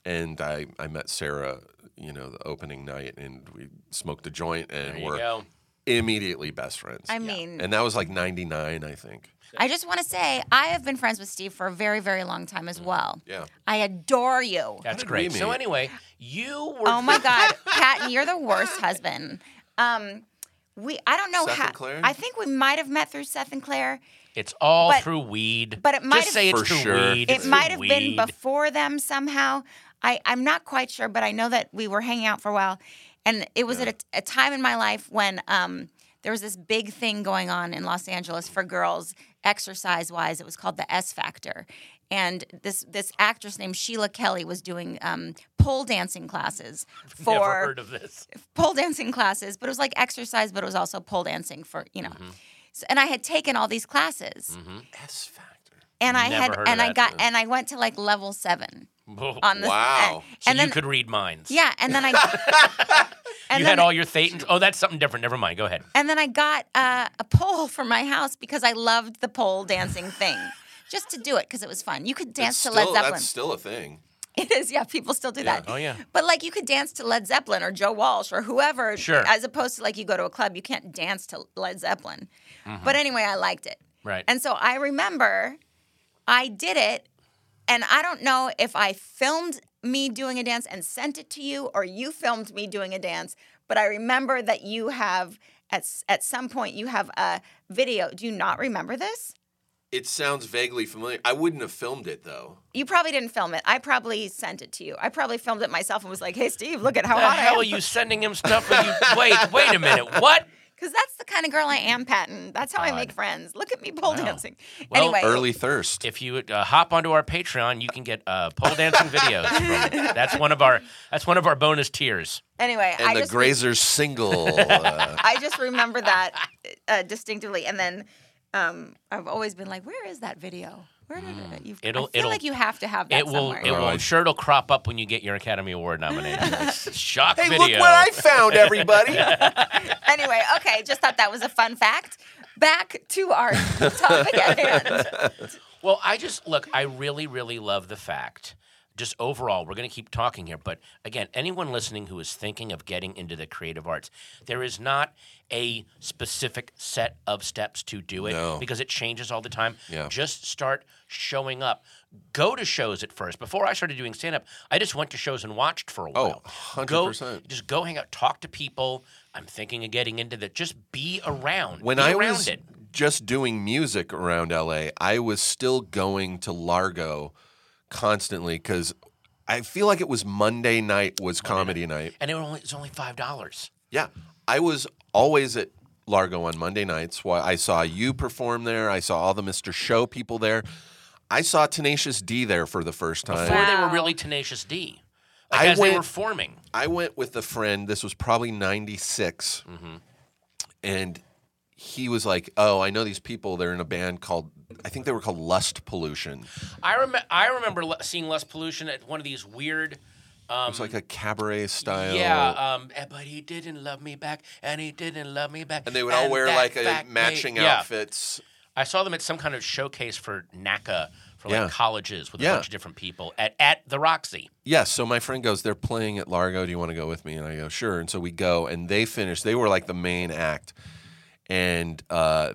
Speaker 4: and I I met Sarah, you know, the opening night, and we smoked a joint, and
Speaker 2: There you
Speaker 4: we're
Speaker 2: go.
Speaker 4: immediately best friends.
Speaker 3: I mean,
Speaker 4: and that was like '99, I think.
Speaker 3: I just want to say I have been friends with Steve for a very, very long time as well.
Speaker 4: Mm. Yeah.
Speaker 3: I adore you.
Speaker 2: That's
Speaker 4: did
Speaker 2: great.
Speaker 4: we
Speaker 2: So
Speaker 4: meet?
Speaker 2: anyway, you were.
Speaker 3: Oh my God,
Speaker 4: <laughs>
Speaker 3: Patton, you're the worst husband. Um, we I don't know
Speaker 4: Seth
Speaker 3: how.
Speaker 4: and Claire?
Speaker 3: I think we might have met through Seth and Claire.
Speaker 2: It's all
Speaker 3: But-
Speaker 2: through weed.
Speaker 3: but it might
Speaker 2: Just
Speaker 3: have-
Speaker 2: say it's
Speaker 4: For
Speaker 2: through
Speaker 4: sure.
Speaker 2: weed.
Speaker 3: It
Speaker 2: It's
Speaker 3: might
Speaker 2: through
Speaker 3: have been
Speaker 2: weed.
Speaker 3: before them somehow. I, I'm not quite sure, but I know that we were hanging out for a while. And it was at a, a time in my life when um, there was this big thing going on in Los Angeles for girls, exercise wise. It was called the S Factor. And this this actress named Sheila Kelly was doing um, pole
Speaker 2: <laughs>
Speaker 3: dancing classes for
Speaker 2: Never heard of this. <laughs>
Speaker 3: pole dancing classes, but it was like exercise, but it was also pole dancing for you know.
Speaker 2: Mm-hmm.
Speaker 3: So, and I had taken all these classes,
Speaker 4: S Factor.
Speaker 3: and I
Speaker 2: Never
Speaker 3: had,
Speaker 2: heard of
Speaker 3: and I
Speaker 2: that.
Speaker 3: got, and I went to like level seven on this.
Speaker 4: Wow.
Speaker 3: And,
Speaker 2: So
Speaker 3: uh, and
Speaker 2: you
Speaker 3: then
Speaker 2: could read minds.
Speaker 3: <laughs> yeah, and
Speaker 2: <laughs>
Speaker 3: then I, and
Speaker 2: you had
Speaker 3: then
Speaker 2: all your thetans. Oh, that's something different. Never mind. Go ahead.
Speaker 3: and then I got uh, a pole for my house because I loved the pole dancing thing, just to do it because it was fun. You could dance
Speaker 4: It's
Speaker 3: to Led
Speaker 4: still-
Speaker 3: Zeppelin. <laughs>
Speaker 4: That's still a thing.
Speaker 3: It is, yeah. People still do that.
Speaker 2: Oh, yeah.
Speaker 3: But like, you could dance to Led Zeppelin or Joe Walsh or whoever.
Speaker 2: Sure.
Speaker 3: As opposed to like, you go to a club, you can't dance to Led Zeppelin.
Speaker 2: Mm-hmm.
Speaker 3: But anyway, I liked it.
Speaker 2: Right.
Speaker 3: And so I remember, I did it, and I don't know if I filmed me doing a dance and sent it to you, or you filmed me doing a dance. But I remember that you have at s- at some point you have a video. Do you not remember this?
Speaker 4: It sounds vaguely familiar. I wouldn't have filmed it though.
Speaker 3: You probably didn't film it. I probably sent it to you. I probably filmed it myself and was like, "Hey, Steve, look at how
Speaker 2: The
Speaker 3: hot I
Speaker 2: hell
Speaker 3: am."
Speaker 2: are you sending him stuff?
Speaker 3: <laughs>
Speaker 2: when you- wait, wait a minute. What?
Speaker 3: Because that's the kind of girl I am, Patton. That's how I make friends. Look at me pole dancing.
Speaker 2: Well,
Speaker 3: anyway,
Speaker 4: Early thirst.
Speaker 2: If you uh, hop onto our Patreon, you can get uh, pole dancing videos. From that's one of our that's one of our bonus tiers.
Speaker 3: anyway,
Speaker 4: and
Speaker 3: I
Speaker 4: the
Speaker 3: just
Speaker 4: Grazer's <laughs> single. uh,
Speaker 3: I just remember that uh, distinctively. And then um, I've always been like, "Where is that video? Where did it? You've,
Speaker 2: Mm. It'll-
Speaker 3: I feel
Speaker 2: it'll-
Speaker 3: like you have to have that
Speaker 2: It will.
Speaker 3: somewhere."
Speaker 2: It will. I'm sure it'll crop up when you get your Academy Award nomination. It's a
Speaker 3: <laughs>
Speaker 2: Shock
Speaker 4: hey,
Speaker 2: video.
Speaker 4: look what I found, <laughs> everybody.
Speaker 3: anyway, okay, just thought that was a fun fact. Back
Speaker 2: <laughs>
Speaker 3: to our topic at hand.
Speaker 2: Well, I just look, I really, really love the fact, just overall, we're going to keep talking here, but again, anyone listening who is thinking of getting into the creative arts, there is not a specific set of steps to do it
Speaker 4: No.
Speaker 2: because it changes all the time.
Speaker 4: Yeah.
Speaker 2: Just start showing up. Go to shows at first. Before I started doing stand up, I just went to shows and watched for a
Speaker 4: Oh,
Speaker 2: while.
Speaker 4: 100%.
Speaker 2: Go, just go hang out, talk to people. I'm thinking of getting into that. Just be around.
Speaker 4: when
Speaker 2: be
Speaker 4: I
Speaker 2: around
Speaker 4: was
Speaker 2: it.
Speaker 4: just doing music around LA, I was still going to Largo constantly because I feel like it was Monday night was comedy night.
Speaker 2: And it was only, it was only $5.
Speaker 4: Yeah, I was always at Largo on Monday nights. Why I saw you perform there. I saw all the Mr. Show people there. I saw Tenacious D there for the first time.
Speaker 2: before they were
Speaker 3: Wow.
Speaker 2: really Tenacious D. Like,
Speaker 4: I
Speaker 2: as they
Speaker 4: went-
Speaker 2: were forming.
Speaker 4: I went with a friend. This was probably 96.
Speaker 2: Mm-hmm.
Speaker 4: And he was like, Oh, I know these people. They're in a band called, I think they were called Lust Pollution.
Speaker 2: I remember I remember le- seeing Les Pollution at one of these weird um
Speaker 4: It's like a cabaret style.
Speaker 2: yeah, um, eh, but he didn't love me back, and he didn't love me back.
Speaker 4: And they would all wear
Speaker 2: that
Speaker 4: like a
Speaker 2: fact made-
Speaker 4: matching
Speaker 2: Yeah.
Speaker 4: outfits.
Speaker 2: I saw them at some kind of showcase for NACA for like
Speaker 4: Yeah.
Speaker 2: colleges with a
Speaker 4: Yeah.
Speaker 2: bunch of different people at, at the Roxy.
Speaker 4: Yes. so my friend goes, they're playing at Largo. Do you want to go with me? And I go, sure. And so we go, and they finish. They were like the main act. And uh,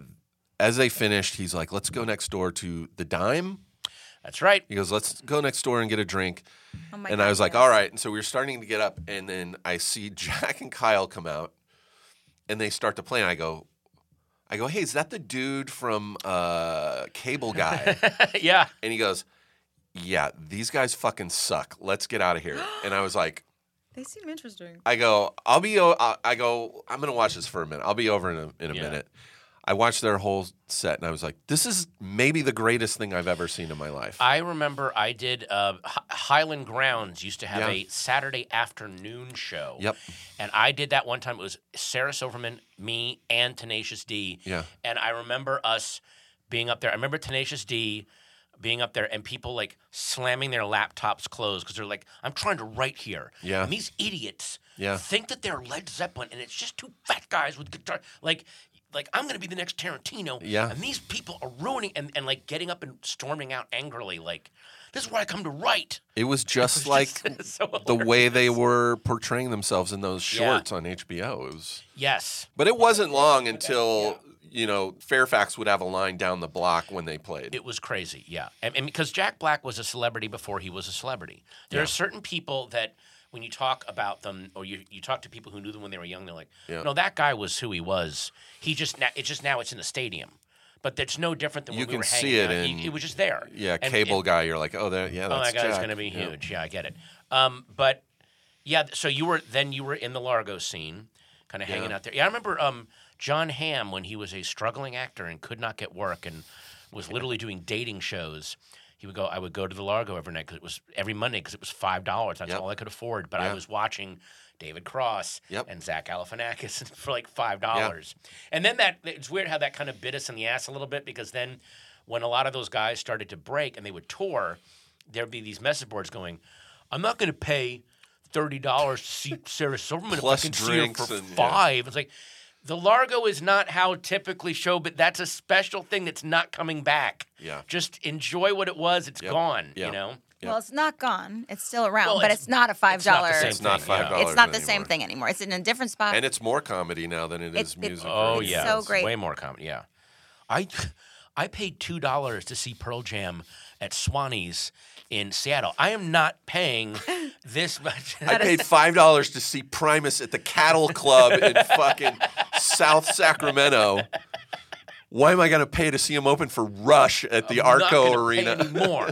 Speaker 4: as they finished, he's like, let's go next door to the Dime.
Speaker 2: That's right. <laughs>
Speaker 4: He goes, let's go next door and get a drink.
Speaker 3: Oh my
Speaker 4: and
Speaker 3: God,
Speaker 4: I was like,
Speaker 3: yes.
Speaker 4: all right. And so we were starting to get up, and then I see <laughs> Jack and Kyle come out, and they start to play. And I go, I go, hey, is that the dude from uh,
Speaker 3: <laughs>
Speaker 4: Cable Guy?
Speaker 2: yeah.
Speaker 4: and he goes, yeah, these guys fucking suck. Let's get out of here. And I was like,
Speaker 3: They seem interesting.
Speaker 4: I go, I'll be, o- I I go, I'm gonna watch this for a minute. I'll be over in a, in a
Speaker 2: Yeah.
Speaker 4: minute. I watched their whole set and I was like, this is maybe the greatest thing I've ever seen in my life.
Speaker 2: I remember I did uh, Hi- Highland Grounds used to have a
Speaker 4: Yeah.
Speaker 2: Saturday afternoon show.
Speaker 4: Yep.
Speaker 2: And I did that one time. It was Sarah Silverman, me, and Tenacious D.
Speaker 4: Yeah.
Speaker 2: And I remember us being up there. I remember Tenacious D being up there and people like slamming their laptops closed because they're like, I'm trying to write here.
Speaker 4: Yeah.
Speaker 2: And these idiots
Speaker 4: Yeah.
Speaker 2: think that they're Led Zeppelin and it's just two fat guys with guitar. Like, like I'm gonna be the next Tarantino.
Speaker 4: Yeah.
Speaker 2: And these people are ruining and, and like getting up and storming out angrily. Like, this is where I come to write. <laughs>
Speaker 4: it was just
Speaker 2: It's
Speaker 4: like
Speaker 2: just so
Speaker 4: <laughs> the
Speaker 2: hilarious.
Speaker 4: way they were portraying themselves in those
Speaker 2: Yeah.
Speaker 4: shorts on HBO. It was,
Speaker 2: Yes.
Speaker 4: but it wasn't long until you know Fairfax would have a line down the block when they played.
Speaker 2: It was crazy, yeah. And, and because Jack Black was a celebrity before he was a celebrity. There are certain people that when you talk about them or you, you talk to people who knew them when they were young, they're like,
Speaker 4: Yeah.
Speaker 2: no, that guy was who he was. He just now, it's just now it's in a stadium. But that's no different than when
Speaker 4: You
Speaker 2: we
Speaker 4: can
Speaker 2: were
Speaker 4: see
Speaker 2: hanging
Speaker 4: it
Speaker 2: out.
Speaker 4: in-
Speaker 2: He- it was just there.
Speaker 4: yeah,
Speaker 2: And-
Speaker 4: cable
Speaker 2: and-
Speaker 4: guy, you're like, oh, there, yeah, that's
Speaker 2: oh my God, it's
Speaker 4: Jack."
Speaker 2: going to be
Speaker 4: Yeah.
Speaker 2: huge. Yeah, I get it. Um, but yeah, so you were then you were in the Largo scene, kind of hanging out there. Yeah, I remember um, John Hamm when he was a struggling actor and could not get work and was literally doing dating shows. He would go. I would go to the Largo every night because it was every Monday because it was five dollars. That's
Speaker 4: Yep.
Speaker 2: all I could afford. But
Speaker 4: Yeah.
Speaker 2: I was watching David Cross
Speaker 4: Yep.
Speaker 2: and Zach Galifianakis <laughs> for like five dollars. And then that it's weird how that kind of bit us in the ass a little bit because then when a lot of those guys started to break and they would tour, there'd be these message boards going, "I'm not going to pay thirty dollars to see Sarah Silverman
Speaker 4: Plus
Speaker 2: if I can see her
Speaker 4: drinks
Speaker 2: for
Speaker 4: and- yeah.
Speaker 2: five. It's like the Largo is not how typically show, but that's a special thing that's not coming back.
Speaker 4: Yeah.
Speaker 2: just enjoy what it was. It's gone.
Speaker 4: Yeah.
Speaker 2: You know.
Speaker 3: Well, it's not gone. It's still around,
Speaker 2: Well,
Speaker 3: but
Speaker 2: it's-
Speaker 3: it's not a five
Speaker 2: not the
Speaker 3: dollar.
Speaker 2: same
Speaker 4: It's not
Speaker 2: thing,
Speaker 4: five
Speaker 2: yeah.
Speaker 4: dollars.
Speaker 3: It's not the same thing anymore. It's in a different spot.
Speaker 4: And it's more comedy now than it is
Speaker 3: it-
Speaker 4: music.
Speaker 2: Oh
Speaker 4: or-
Speaker 3: It's
Speaker 2: yeah,
Speaker 3: so
Speaker 2: it's
Speaker 3: great.
Speaker 2: Way more common. Yeah, I I paid two dollars to see Pearl Jam at Swanee's in Seattle. I am not
Speaker 4: <laughs>
Speaker 2: paying this much.
Speaker 4: I paid five dollars to see Primus at the Cattle Club
Speaker 2: <laughs>
Speaker 4: in fucking South Sacramento. Why am I going to pay to see him open for Rush at the
Speaker 2: I'm not
Speaker 4: Arco
Speaker 2: gonna pay
Speaker 4: Arena? <laughs>
Speaker 2: anymore.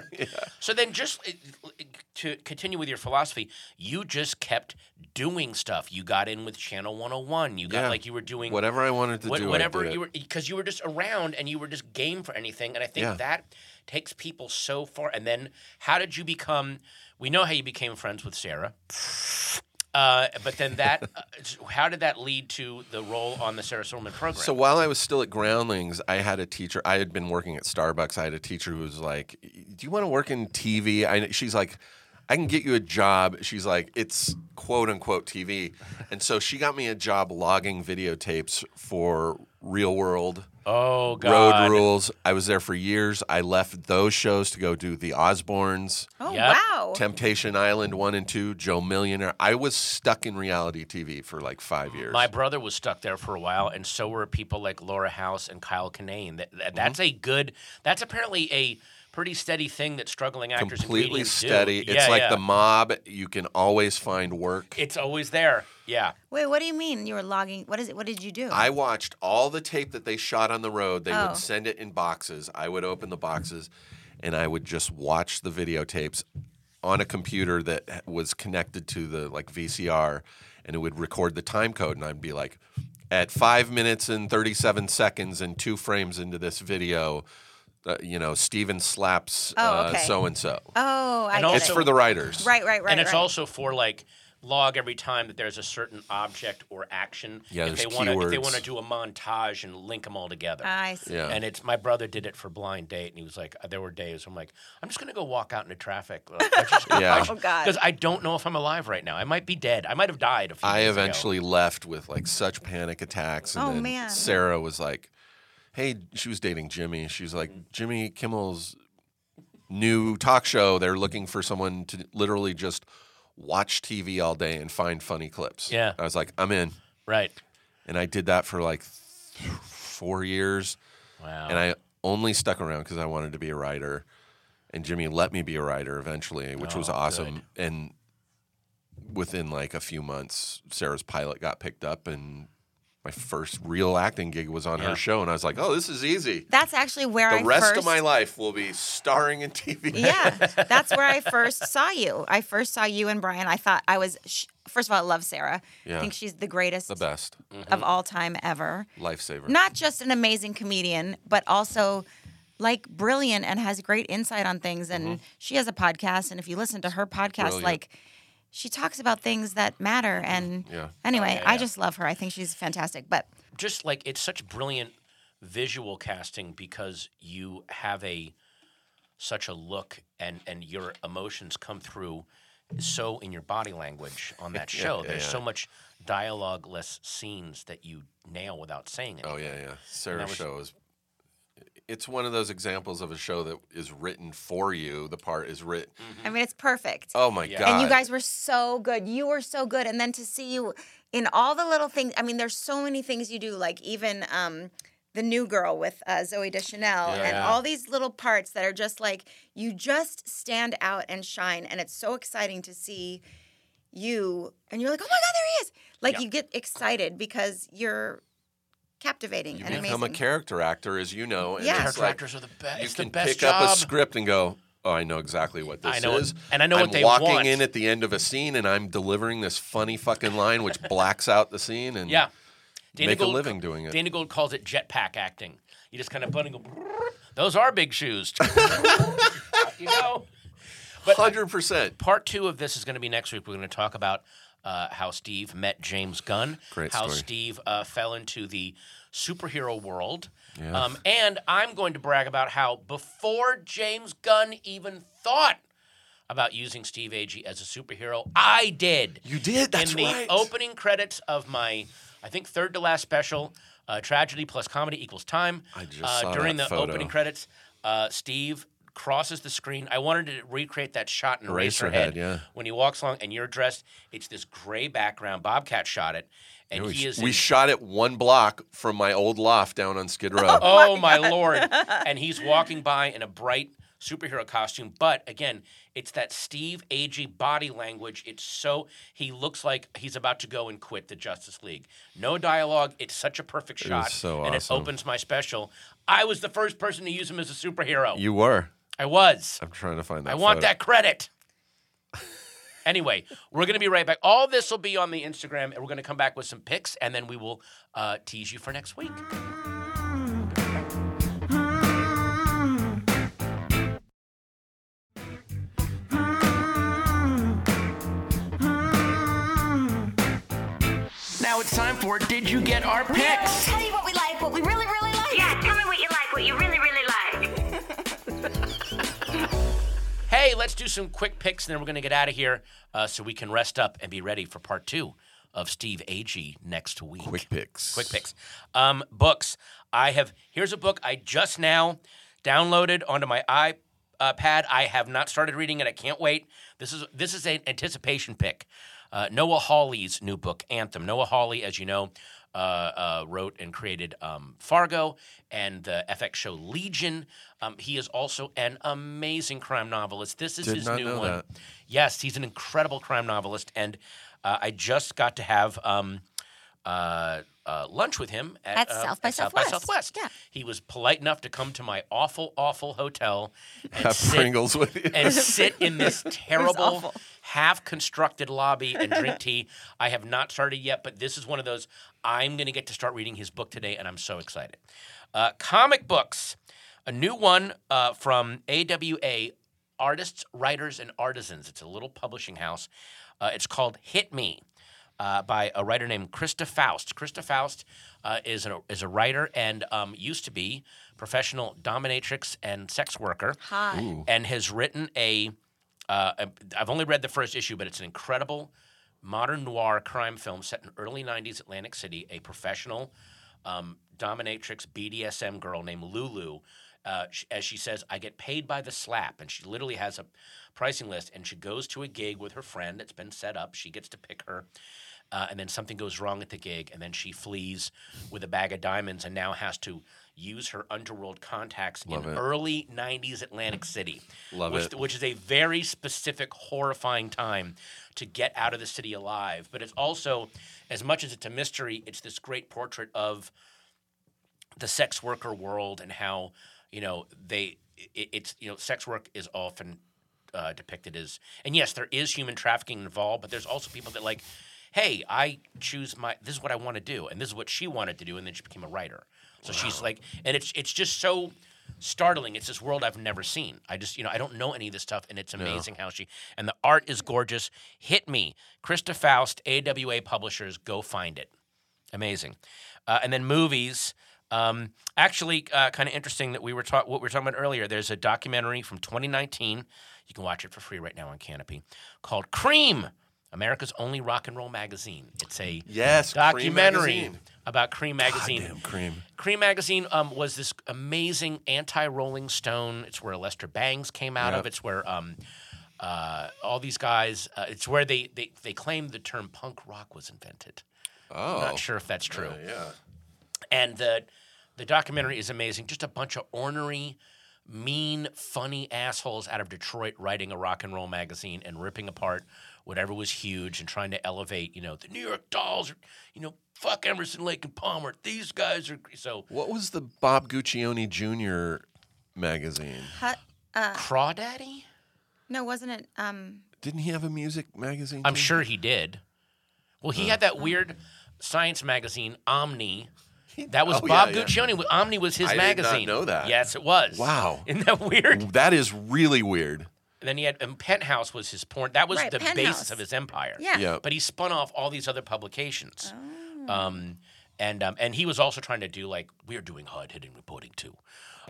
Speaker 2: So then, just uh, to continue with your philosophy, you just kept doing stuff. You got in with Channel 101. You got
Speaker 4: Yeah.
Speaker 2: like you were doing
Speaker 4: Whatever I wanted to
Speaker 2: what-
Speaker 4: do, I
Speaker 2: whatever
Speaker 4: did
Speaker 2: you
Speaker 4: it.
Speaker 2: were because you were just around and you were just game for anything. And I think
Speaker 4: Yeah.
Speaker 2: that takes people so far. And then, how did you become? We know how you became friends with Sarah. Uh, but then
Speaker 4: <laughs>
Speaker 2: that, uh, how did that lead to the role on the Sarah Silverman program?
Speaker 4: So while I was still at Groundlings, I had a teacher. I had been working at Starbucks. I had a teacher who was like, "Do you want to work in TV?" I, she's like, "I can get you a job." She's like, "It's quote unquote TV," and so she got me a job logging videotapes for Real World.
Speaker 2: oh God,
Speaker 4: Road Rules. I was there for years. I left those shows to go do The Osbournes,
Speaker 3: oh
Speaker 2: Yep.
Speaker 3: wow!
Speaker 4: Temptation Island 1 and 2, Joe Millionaire. I was stuck in reality TV for like five years.
Speaker 2: My brother was stuck there for a while, and so were people like Laura House and Kyle Kinane. That, that-
Speaker 4: Mm-hmm.
Speaker 2: that's a good. That's apparently a pretty steady thing that struggling actors and
Speaker 4: Completely
Speaker 2: comedians do.
Speaker 4: steady. It's
Speaker 2: Yeah,
Speaker 4: like
Speaker 2: yeah.
Speaker 4: the mob. You can always find work.
Speaker 2: It's always there. Yeah.
Speaker 3: Wait, what do you mean you were logging? What is it? What did you do?
Speaker 4: I watched all the tape that they shot on the road. They
Speaker 3: Oh.
Speaker 4: would send it in boxes. I would open the boxes and I would just watch the videotapes on a computer that was connected to the like VCR and it would record the time code and I'd be like at 5 minutes and 37 seconds and two frames into this video uh, you know Steven slaps
Speaker 3: Oh, okay.
Speaker 4: so and so.
Speaker 3: oh, I
Speaker 2: And
Speaker 3: get
Speaker 4: It's
Speaker 3: it.
Speaker 4: for the writers.
Speaker 3: right, <laughs> right, right.
Speaker 2: and it's
Speaker 3: right.
Speaker 2: also for like log every time that there's a certain object or action.
Speaker 4: Yeah,
Speaker 2: if
Speaker 4: there's
Speaker 2: they wanna, If they
Speaker 4: keywords.
Speaker 2: want to do a montage and link them all together.
Speaker 3: I see.
Speaker 4: Yeah.
Speaker 2: And it's my brother did it for blind date, and he was like, uh, there were days I'm like, I'm just gonna go walk out into traffic. Like, I just,
Speaker 4: <laughs> Yeah.
Speaker 3: Oh God.
Speaker 2: Because I don't know if I'm alive right now. I might be dead. I might have died. A few
Speaker 4: I
Speaker 2: days ago.
Speaker 4: eventually left with like such panic attacks. And
Speaker 3: Oh,
Speaker 4: then
Speaker 3: man.
Speaker 4: Sarah was like, hey, she was dating Jimmy. She's
Speaker 3: Mm-hmm.
Speaker 4: like, Jimmy Kimmel's new talk show. They're looking for someone to literally just watch TV all day and find funny clips.
Speaker 2: Yeah.
Speaker 4: I was like, I'm in.
Speaker 2: Right.
Speaker 4: And I did that for like th- four years.
Speaker 2: Wow.
Speaker 4: And I only stuck around because I wanted to be a writer. And Jimmy let me be a writer eventually, which was awesome. And within like a few months, Sarah's pilot got picked up and my first real acting gig was on
Speaker 2: Yeah.
Speaker 4: her show, and I was like, oh, this is easy.
Speaker 3: That's actually where I
Speaker 4: the rest
Speaker 3: first,
Speaker 4: of my life will be starring in TV.
Speaker 3: yeah, that's where I first saw you. I first saw you and Brian. I thought I was. Sh- first of all, I love Sarah.
Speaker 4: Yeah.
Speaker 3: I think she's the greatest
Speaker 4: <laughs> the best Mm-hmm.
Speaker 3: of all time ever.
Speaker 4: lifesaver.
Speaker 3: Not just an amazing comedian, but also like brilliant and has great insight on things. And she has a podcast. And if you listen to her podcast,
Speaker 4: Mm-hmm. Brilliant.
Speaker 3: like she talks about things that matter. And
Speaker 4: Yeah.
Speaker 3: anyway,
Speaker 2: yeah, yeah.
Speaker 3: I just love her. I think she's fantastic. But
Speaker 2: just like it's such brilliant visual casting because you have a such a look and and your emotions come through so in your body language on
Speaker 4: <laughs>
Speaker 2: that show there's so much dialogue less scenes that you nail without saying it
Speaker 4: Oh yeah, yeah. Sarah's show is. It's one of those examples of a show that is written for you. The part is written.
Speaker 3: I mean, it's perfect.
Speaker 4: Oh my god!
Speaker 3: And you guys were so good. You were so good. And then to see you in all the little things. I mean, there's so many things you do. Like even um, the new girl with uh, Zoe Deschanel, and
Speaker 4: Yeah.
Speaker 3: all these little parts that are just like you just stand out and shine. And it's so exciting to see you. And you're like, oh my god, there he is! Like
Speaker 2: Yeah.
Speaker 3: you get excited because you're captivating
Speaker 4: You
Speaker 3: and
Speaker 4: become
Speaker 3: amazing.
Speaker 4: a character actor, as you know. And
Speaker 3: Yeah.
Speaker 4: it's
Speaker 2: character
Speaker 4: like,
Speaker 2: actors are the best
Speaker 4: you
Speaker 2: it's
Speaker 4: can
Speaker 2: the best
Speaker 4: pick
Speaker 2: job
Speaker 4: up a script and go. Oh, I know exactly what this
Speaker 2: I know-
Speaker 4: is,
Speaker 2: and I know
Speaker 4: I'm
Speaker 2: what they
Speaker 4: walking
Speaker 2: want."
Speaker 4: in at the end of a scene, and I'm delivering this funny fucking line, which blacks out the scene, and
Speaker 2: yeah
Speaker 4: Make a living doing it.
Speaker 2: Dana Gold calls it jetpack acting. You just kind of button go. <laughs> Those are big shoes. <laughs> you know.
Speaker 4: hundred percent.
Speaker 2: part two of this is going to be next week. We're going to talk about uh, how Steve met James Gunn,
Speaker 4: Great
Speaker 2: how
Speaker 4: story.
Speaker 2: Steve uh, fell into the superhero world, um, and I'm going to brag about how before James Gunn even thought about using Steve Agee as a superhero, I did.
Speaker 4: You did. That's
Speaker 2: In the
Speaker 4: right.
Speaker 2: opening credits of my, I think third to last special, uh, tragedy plus comedy equals time. I
Speaker 4: just
Speaker 2: uh,
Speaker 4: saw
Speaker 2: during
Speaker 4: that
Speaker 2: the
Speaker 4: photo.
Speaker 2: opening credits, uh, Steve crosses the screen. I wanted to recreate that shot in
Speaker 4: Eraserhead,
Speaker 2: Eraserhead,
Speaker 4: yeah.
Speaker 2: when he walks along and you're dressed. It's this gray background. Bobcat shot it, and
Speaker 4: we
Speaker 2: he is.
Speaker 4: we
Speaker 2: in-
Speaker 4: shot it one block from my old loft down on Skid Row.
Speaker 2: <laughs> oh my lord! and he's walking by in a bright superhero costume, but again, it's that Steve Agee body language. It's so he looks like he's about to go and quit the Justice League. No dialogue. It's such a perfect shot,
Speaker 4: so
Speaker 2: and
Speaker 4: awesome.
Speaker 2: it opens my special. I was the first person to use him as a superhero.
Speaker 4: You were.
Speaker 2: I was.
Speaker 4: I'm trying to find that.
Speaker 2: I want
Speaker 4: photo.
Speaker 2: that credit. <laughs> anyway, we're going to be right back. All this will be on the Instagram, and we're going to come back with some pics, and then we will uh, tease you for next week. Now it's time for Did You Get Our Picks?
Speaker 5: Tell you what we like, what we really, really like.
Speaker 1: Yeah, tell me what you like, what you really, really like.
Speaker 2: Hey, let's do some quick picks, and then we're going to get out of here uh, so we can rest up and be ready for part two of Steve Agee next week.
Speaker 4: Quick picks.
Speaker 2: Quick picks. Um, books. I have, here's a book I just now downloaded onto my iPad. I have not started reading it. I can't wait. This is, this is an anticipation pick. Uh, Noah Hawley's new book, Anthem. Noah Hawley, as you know, uh, uh, wrote and created um, Fargo and the FX show Legion. Um, he is also an amazing crime novelist. This is
Speaker 4: Did
Speaker 2: his
Speaker 4: not
Speaker 2: new
Speaker 4: know
Speaker 2: one.
Speaker 4: that.
Speaker 2: Yes, he's an incredible crime novelist, and uh, I just got to have um, uh, uh, lunch with him at,
Speaker 3: At
Speaker 2: uh,
Speaker 3: South by
Speaker 2: South by
Speaker 3: Southwest.
Speaker 2: Southwest.
Speaker 3: Yeah.
Speaker 2: he was polite enough to come to my awful, awful hotel and
Speaker 4: Have
Speaker 2: sit
Speaker 4: Pringles with you.
Speaker 2: <laughs> and sit in this terrible
Speaker 3: awful.
Speaker 2: half constructed lobby and drink tea. I have not started yet, but this is one of those I'm going to get to start reading his book today, and I'm so excited. Uh, comic books, a new one uh, from AWA Artists, Writers, and Artisans. It's a little publishing house. Uh, it's called Hit Me. Uh, by a writer named Krista Faust. Krista Faust uh, is, a, is a writer and um, used to be professional dominatrix and sex worker
Speaker 3: hi.
Speaker 2: and has written a. Uh, a- I've only read the first issue, but it's an incredible modern noir crime film set in early '90s Atlantic City. A professional um, dominatrix BDSM girl named Lulu. Uh, sh- as she says, I get paid by the slap, and she literally has a pricing list. And she goes to a gig with her friend that's been set up. She gets to pick her, uh, and then something goes wrong at the gig, and then she flees with a bag of diamonds and now has to use her underworld contacts in
Speaker 4: it.
Speaker 2: early 90s Atlantic City.
Speaker 4: Love
Speaker 2: which,
Speaker 4: it.
Speaker 2: Which is a very specific, horrifying time to get out of the city alive. But it's also, as much as it's a mystery, it's this great portrait of the sex worker world and how you know they it, it's you know sex work is often uh, depicted as and yes there is human trafficking involved but there's also people that like hey i choose my this is what i want to do and this is what she wanted to do and then she became a writer so she's like and it's it's just so startling it's this world i've never seen i just you know i don't know any of this stuff and it's amazing how she and the art is gorgeous hit me krista faust awa publishers go find it Amazing. Uh, and then movies. Um, actually, uh, kind of interesting that we were talk- what we were talking about earlier. There's a documentary from 2019. You can watch it for free right now on Canopy called Cream, America's only rock and roll magazine. It's a
Speaker 4: Yes, Cream
Speaker 2: documentary
Speaker 4: magazine.
Speaker 2: about Cream magazine.
Speaker 4: Damn cream.
Speaker 2: Cream magazine um, was this amazing anti-Rolling Stone. It's where Lester Bangs came out of. It's where um, uh, all these guys. Uh, it's where they they they claim the term punk rock was invented. I'm
Speaker 4: Oh,
Speaker 2: not sure if that's true.
Speaker 4: yeah.
Speaker 2: And the the documentary is amazing. Just a bunch of ornery, mean, funny assholes out of Detroit writing a rock and roll magazine and ripping apart whatever was huge and trying to elevate, you know, the New York Dolls, or, you know, fuck Emerson, Lake and Palmer. These guys are so
Speaker 4: What was the Bob Guccione Jr. magazine?
Speaker 3: Hu-
Speaker 2: crawdaddy.
Speaker 3: no, wasn't it? Um,
Speaker 4: Didn't he have a music magazine?
Speaker 2: I'm
Speaker 4: too?
Speaker 2: sure he did. Well,
Speaker 4: Uh.
Speaker 2: he had that weird science magazine, Omni. That was
Speaker 4: oh,
Speaker 2: Bob
Speaker 4: yeah, yeah.
Speaker 2: Guccione. Omni was his
Speaker 4: I did not
Speaker 2: magazine.
Speaker 4: know that.
Speaker 2: Yes, it was.
Speaker 4: Wow.
Speaker 2: <laughs> Isn't that weird?
Speaker 4: That is really weird.
Speaker 2: And then he had and Penthouse was his porn. That was
Speaker 3: Right,
Speaker 2: the basis
Speaker 3: Penthouse.
Speaker 2: of his empire.
Speaker 3: yeah. Oh.
Speaker 4: Yeah.
Speaker 2: But he spun off all these other publications. Um, and um, and he was also trying to do like we're doing hard hitting reporting too.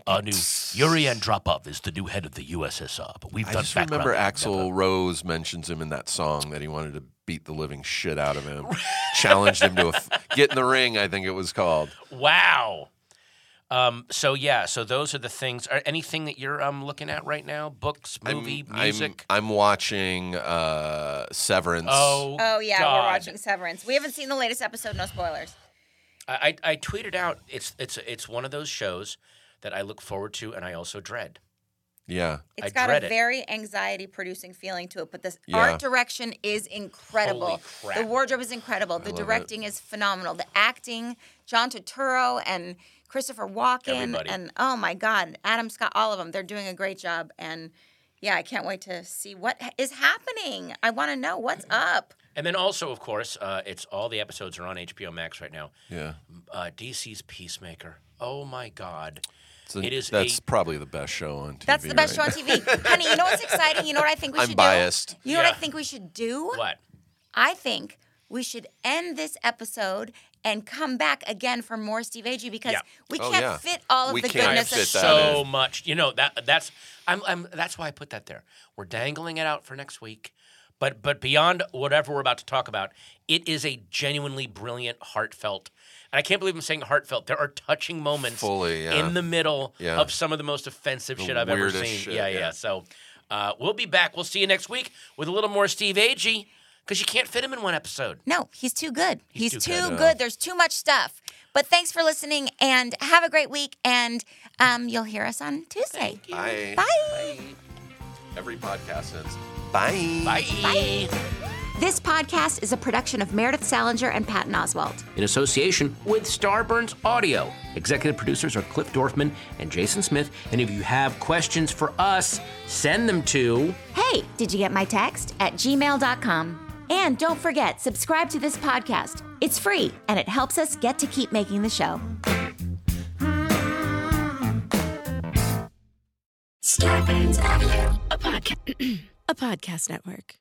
Speaker 2: Our new Yuri Andropov is the new head of the USSR, but we've
Speaker 4: I
Speaker 2: done
Speaker 4: just
Speaker 2: background
Speaker 4: remember
Speaker 2: check.
Speaker 4: Axel Rose mentions him in that song that he wanted to beat the living shit out of
Speaker 2: <laughs>
Speaker 4: him. Challenged him to a f- get in the ring, I think it was called.
Speaker 2: Wow. Um, so yeah, so those are the things. Are anything that you're um, looking at right now? Books, movie,
Speaker 4: I'm,
Speaker 2: music.
Speaker 4: I'm, watching uh, Severance.
Speaker 2: oh.
Speaker 3: Oh yeah,
Speaker 2: God.
Speaker 3: we're watching Severance. We haven't seen the latest episode. No spoilers.
Speaker 2: I, I I tweeted out. It's it's it's one of those shows that I look forward to and I also dread.
Speaker 4: yeah.
Speaker 3: It's
Speaker 2: I
Speaker 3: got
Speaker 2: dread
Speaker 3: a
Speaker 2: it.
Speaker 3: very anxiety-producing feeling to it, but this
Speaker 4: Yeah.
Speaker 3: art direction is incredible.
Speaker 2: Holy crap.
Speaker 3: The wardrobe is incredible. the directing is phenomenal. The acting, John Turturro and Christopher Walken,
Speaker 2: Everybody.
Speaker 3: and oh my God, Adam Scott, all of them. They're doing a great job, and yeah, I can't wait to see what ha- is happening. I want to know what's up.
Speaker 2: And then also, of course, uh, it's all the episodes are on HBO Max right now.
Speaker 4: Yeah.
Speaker 2: Uh, DC's Peacemaker. Oh my God!
Speaker 4: It's a-
Speaker 2: It is
Speaker 4: that's
Speaker 2: a-
Speaker 4: probably the best show on TV.
Speaker 3: That's the best
Speaker 4: right
Speaker 3: show on TV, honey. You know what's exciting? You know what I
Speaker 2: <laughs>
Speaker 3: think we
Speaker 4: I'm
Speaker 3: should
Speaker 4: biased.
Speaker 3: do? You know what
Speaker 2: Yeah.
Speaker 3: I think we should do?
Speaker 2: What?
Speaker 3: I think we should end this episode and come back again for more Steve Agee because
Speaker 2: Yeah.
Speaker 3: we
Speaker 4: Oh,
Speaker 3: can't
Speaker 4: yeah.
Speaker 3: fit all of
Speaker 4: We
Speaker 3: the
Speaker 4: can't
Speaker 2: I have
Speaker 3: goodness. of
Speaker 4: fit that
Speaker 2: so
Speaker 4: in.
Speaker 2: much. You know that that's I'm, I'm that's why I put that there. We're dangling it out for next week. But but beyond whatever we're about to talk about, it is a genuinely brilliant, heartfelt. And I can't believe I'm saying heartfelt. There are touching moments
Speaker 4: Fully, yeah.
Speaker 2: in the middle
Speaker 4: Yeah.
Speaker 2: of some of the most offensive shit I've ever
Speaker 4: weirdest
Speaker 2: seen.
Speaker 4: shit,
Speaker 2: yeah,
Speaker 4: yeah.
Speaker 2: yeah, So uh, we'll be back. We'll see you next week with a little more Steve Agee because you can't fit him in one episode.
Speaker 3: No, he's too good. He's,
Speaker 2: too
Speaker 3: too,
Speaker 2: good.
Speaker 3: good. There's too much stuff. But thanks for listening and have a great week. And um, you'll hear us on Tuesday.
Speaker 4: Bye.
Speaker 3: Bye.
Speaker 4: Every podcast ends.
Speaker 2: Bye.
Speaker 3: This podcast is a production of Meredith Salinger and Patton Oswalt.
Speaker 2: in association with Starburns Audio. Executive producers are Cliff Dorfman and Jason Smith. And if you have questions for us, send them to.
Speaker 3: Hey, did you get my text? At gmail.com. And don't forget, subscribe to this podcast. It's free and it helps us get to keep making the show.
Speaker 5: Starburns Audio.
Speaker 6: <clears throat> a podcast network.